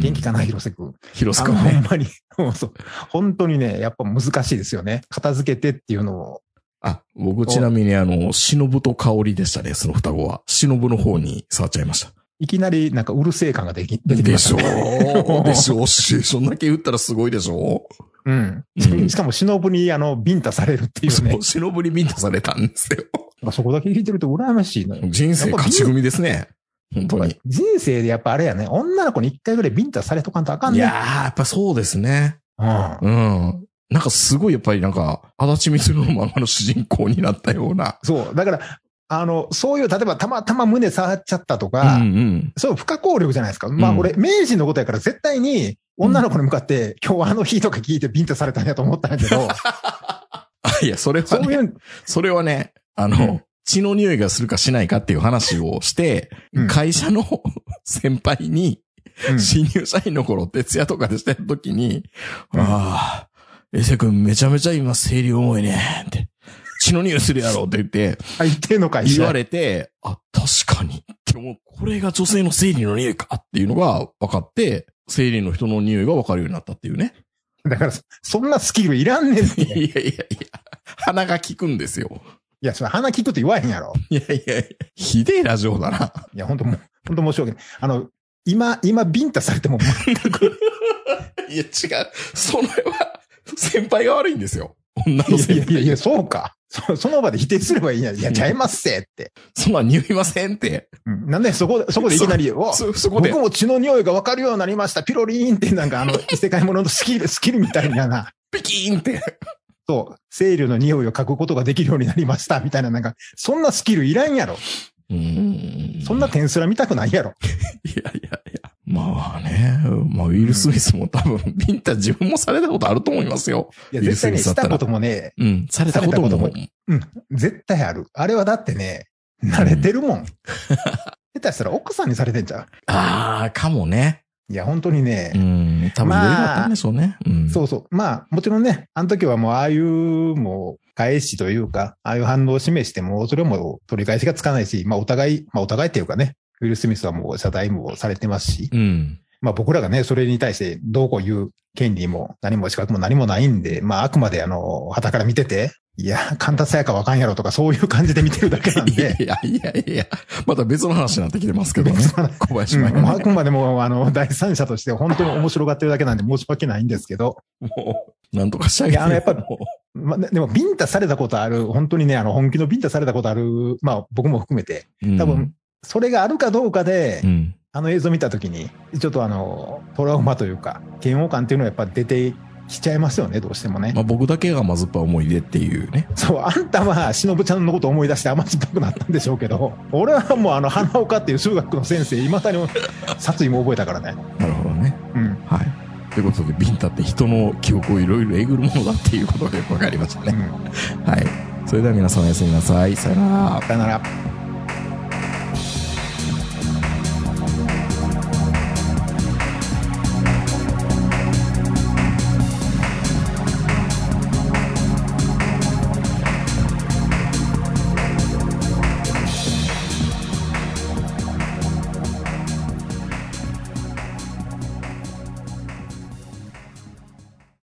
Speaker 4: 元気かな、広瀬くん。
Speaker 3: 広瀬
Speaker 4: あ
Speaker 3: く
Speaker 4: の、
Speaker 3: ん
Speaker 4: ほ
Speaker 3: ね。
Speaker 4: んまに、 そうそう。本当にね、やっぱ難しいですよね。片付けてっていうのを。
Speaker 3: あ、僕ちなみにあの、忍と香りでしたね、その双子は。忍の方に触っちゃいました。
Speaker 4: いきなりなんかうるせえ感ができ出てき
Speaker 3: で
Speaker 4: ま
Speaker 3: し
Speaker 4: した
Speaker 3: ょ
Speaker 4: ね。
Speaker 3: う。でしょうし、そんだけ言ったらすごいでしょ
Speaker 4: うん。
Speaker 3: うん
Speaker 4: しかも忍にあの、ビンタされるっ
Speaker 3: う。
Speaker 4: ていうね
Speaker 3: そう、。忍にビンタされたんですよ。
Speaker 4: そそこだけ聞いてると羨ましいのよ。
Speaker 3: 人生勝ち組ですね。本当に。
Speaker 4: 人生でやっぱあれやね、女の子に一回ぐらいビンタされとかんとあかん
Speaker 3: い
Speaker 4: ね。
Speaker 3: やー、やっぱそうですね。
Speaker 4: うん。
Speaker 3: うん。なんかすごいやっぱりなんか、足立みつの漫画の主人公になったような。
Speaker 4: そう。だから、あの、そういう、例えばたまたま胸触っちゃったとか、
Speaker 3: うんうん。
Speaker 4: そう、不可抗力じゃないですか。まあ、
Speaker 3: うん
Speaker 4: 俺、明治のことやから絶対に、女の子に向かって、今日はあの日とか聞いてビンタされたんやと思ったんやけど、
Speaker 3: あ、い や、それ
Speaker 4: そ
Speaker 3: は
Speaker 4: う
Speaker 3: ね、
Speaker 4: いう、
Speaker 3: それはね、あの、
Speaker 4: うん
Speaker 3: 血の匂いがするかしないかっていう話をして、
Speaker 4: うん
Speaker 3: 会社 の先輩に、
Speaker 4: うん
Speaker 3: 新入社員の頃、徹夜とかでしてる時に、ああ、エセ君めちゃめちゃ今生理重いね、って。血の匂いするやろって言って、
Speaker 4: あ、言ってんのかい
Speaker 3: 言われて、あ、確かにって思う。これが女性の生理の匂いかっていうのが分かって、生理の人の匂いが分かるようになったっていうね。
Speaker 4: だから、そんなスキルいらんねんって。
Speaker 3: いや
Speaker 4: い
Speaker 3: いやいや、鼻が効くんですよ。
Speaker 4: や、それ鼻聞くって言わへんやろ。
Speaker 3: いやいやいや、ひでえラジオだな。
Speaker 4: いや、本当もう、本当申し訳ない。あの、今、今、ビンタされても全く、
Speaker 3: いや違う。それは、先輩が悪いんですよ。女の
Speaker 4: いやい
Speaker 3: 先
Speaker 4: やいや
Speaker 3: 輩。
Speaker 4: いや、そうか。そその場で否定すればいいやん。いや、ちゃいますせって。
Speaker 3: そんなん匂いませんって。
Speaker 4: うんなんで、そこで、そこでいきなり、お
Speaker 3: そ、そこで
Speaker 4: 僕。も血の匂いが分かるようになりました。ピロリーンってなんかあの、異世界もののスキル、スキルみたいなな、
Speaker 3: ピキーンって。
Speaker 4: そう、生理の匂いを嗅ぐことができるようになりました、みたいななんか、そんなスキルいらんやろ。
Speaker 3: うん
Speaker 4: そんな点すら見たくないやろ。
Speaker 3: いやいやいや。まあね、まあ、ウィル・スミスも多分、ビンタ自分もされたことあると思いますよ。
Speaker 4: いや、絶対
Speaker 3: いい
Speaker 4: ね、
Speaker 3: ですよ
Speaker 4: したこともね、
Speaker 3: うん、されたことも。
Speaker 4: されたことうん、絶対ある。あれはだってね、慣れてるもん。下手したら奥さんにされてんちゃ
Speaker 3: ああ、かもね。
Speaker 4: ういや、本当にね、
Speaker 3: うん、多分いろいろあったんでしょうね。うん。
Speaker 4: そうそう。まあ、もちろんね、あの時はもう、ああいう、もう、返しというか、ああいう反応を示しても、それも取り返しがつかないし、まあ、お互い、まあ、お互いっていうかね、ウィル・スミスはもう謝罪もされてますし、
Speaker 3: うん。
Speaker 4: まあ、僕らがね、それに対してどうこう言う権利も、何も資格も何もないんで、まあ、あくまで、あの、旗から見てて、いや、簡単さやかわかんやろとか、そういう感じで見てるだけな ん
Speaker 3: いや
Speaker 4: で、
Speaker 3: いやいやいや、また別の話になってきてますけどね。小林
Speaker 4: うん
Speaker 3: 舞
Speaker 4: もう
Speaker 3: が
Speaker 4: あ
Speaker 3: ね
Speaker 4: くまでも、あの、第三者として本当に面白がってるだけなんで申し訳ないんですけど、
Speaker 3: もう、なんとかしてあげて
Speaker 4: いやあのやっぱり
Speaker 3: も
Speaker 4: まあ、ででも、ビンタされたことある、本当にね、あの、本気のビンタされたことある、まあ、僕も含めて、
Speaker 3: う
Speaker 4: 多分、、それがあるかどうかで、
Speaker 3: うん。
Speaker 4: あの映像見たときに、ちょっとあの、トラウマというか、嫌悪感っていうのはやっぱ出てきちゃいますよね、どうしてもね。
Speaker 3: まあ僕だけがまずっぱ思い出っていうね。
Speaker 4: そう、あんたは、しのぶちゃんのこと思い出して甘酸っぱくなったんでしょうけど、俺はもう、あの、花岡っていう中学の先生、いまだに殺意も覚えたからね。
Speaker 3: なるほどね。
Speaker 4: うん。
Speaker 3: はい。ということで、ビンタって人の記憶をいろいろえぐるものだっていうことがよくわかりました
Speaker 4: う
Speaker 3: ね。
Speaker 4: ん。
Speaker 3: はい。それでは皆さんおやすみなさい。さよなら。
Speaker 4: だから、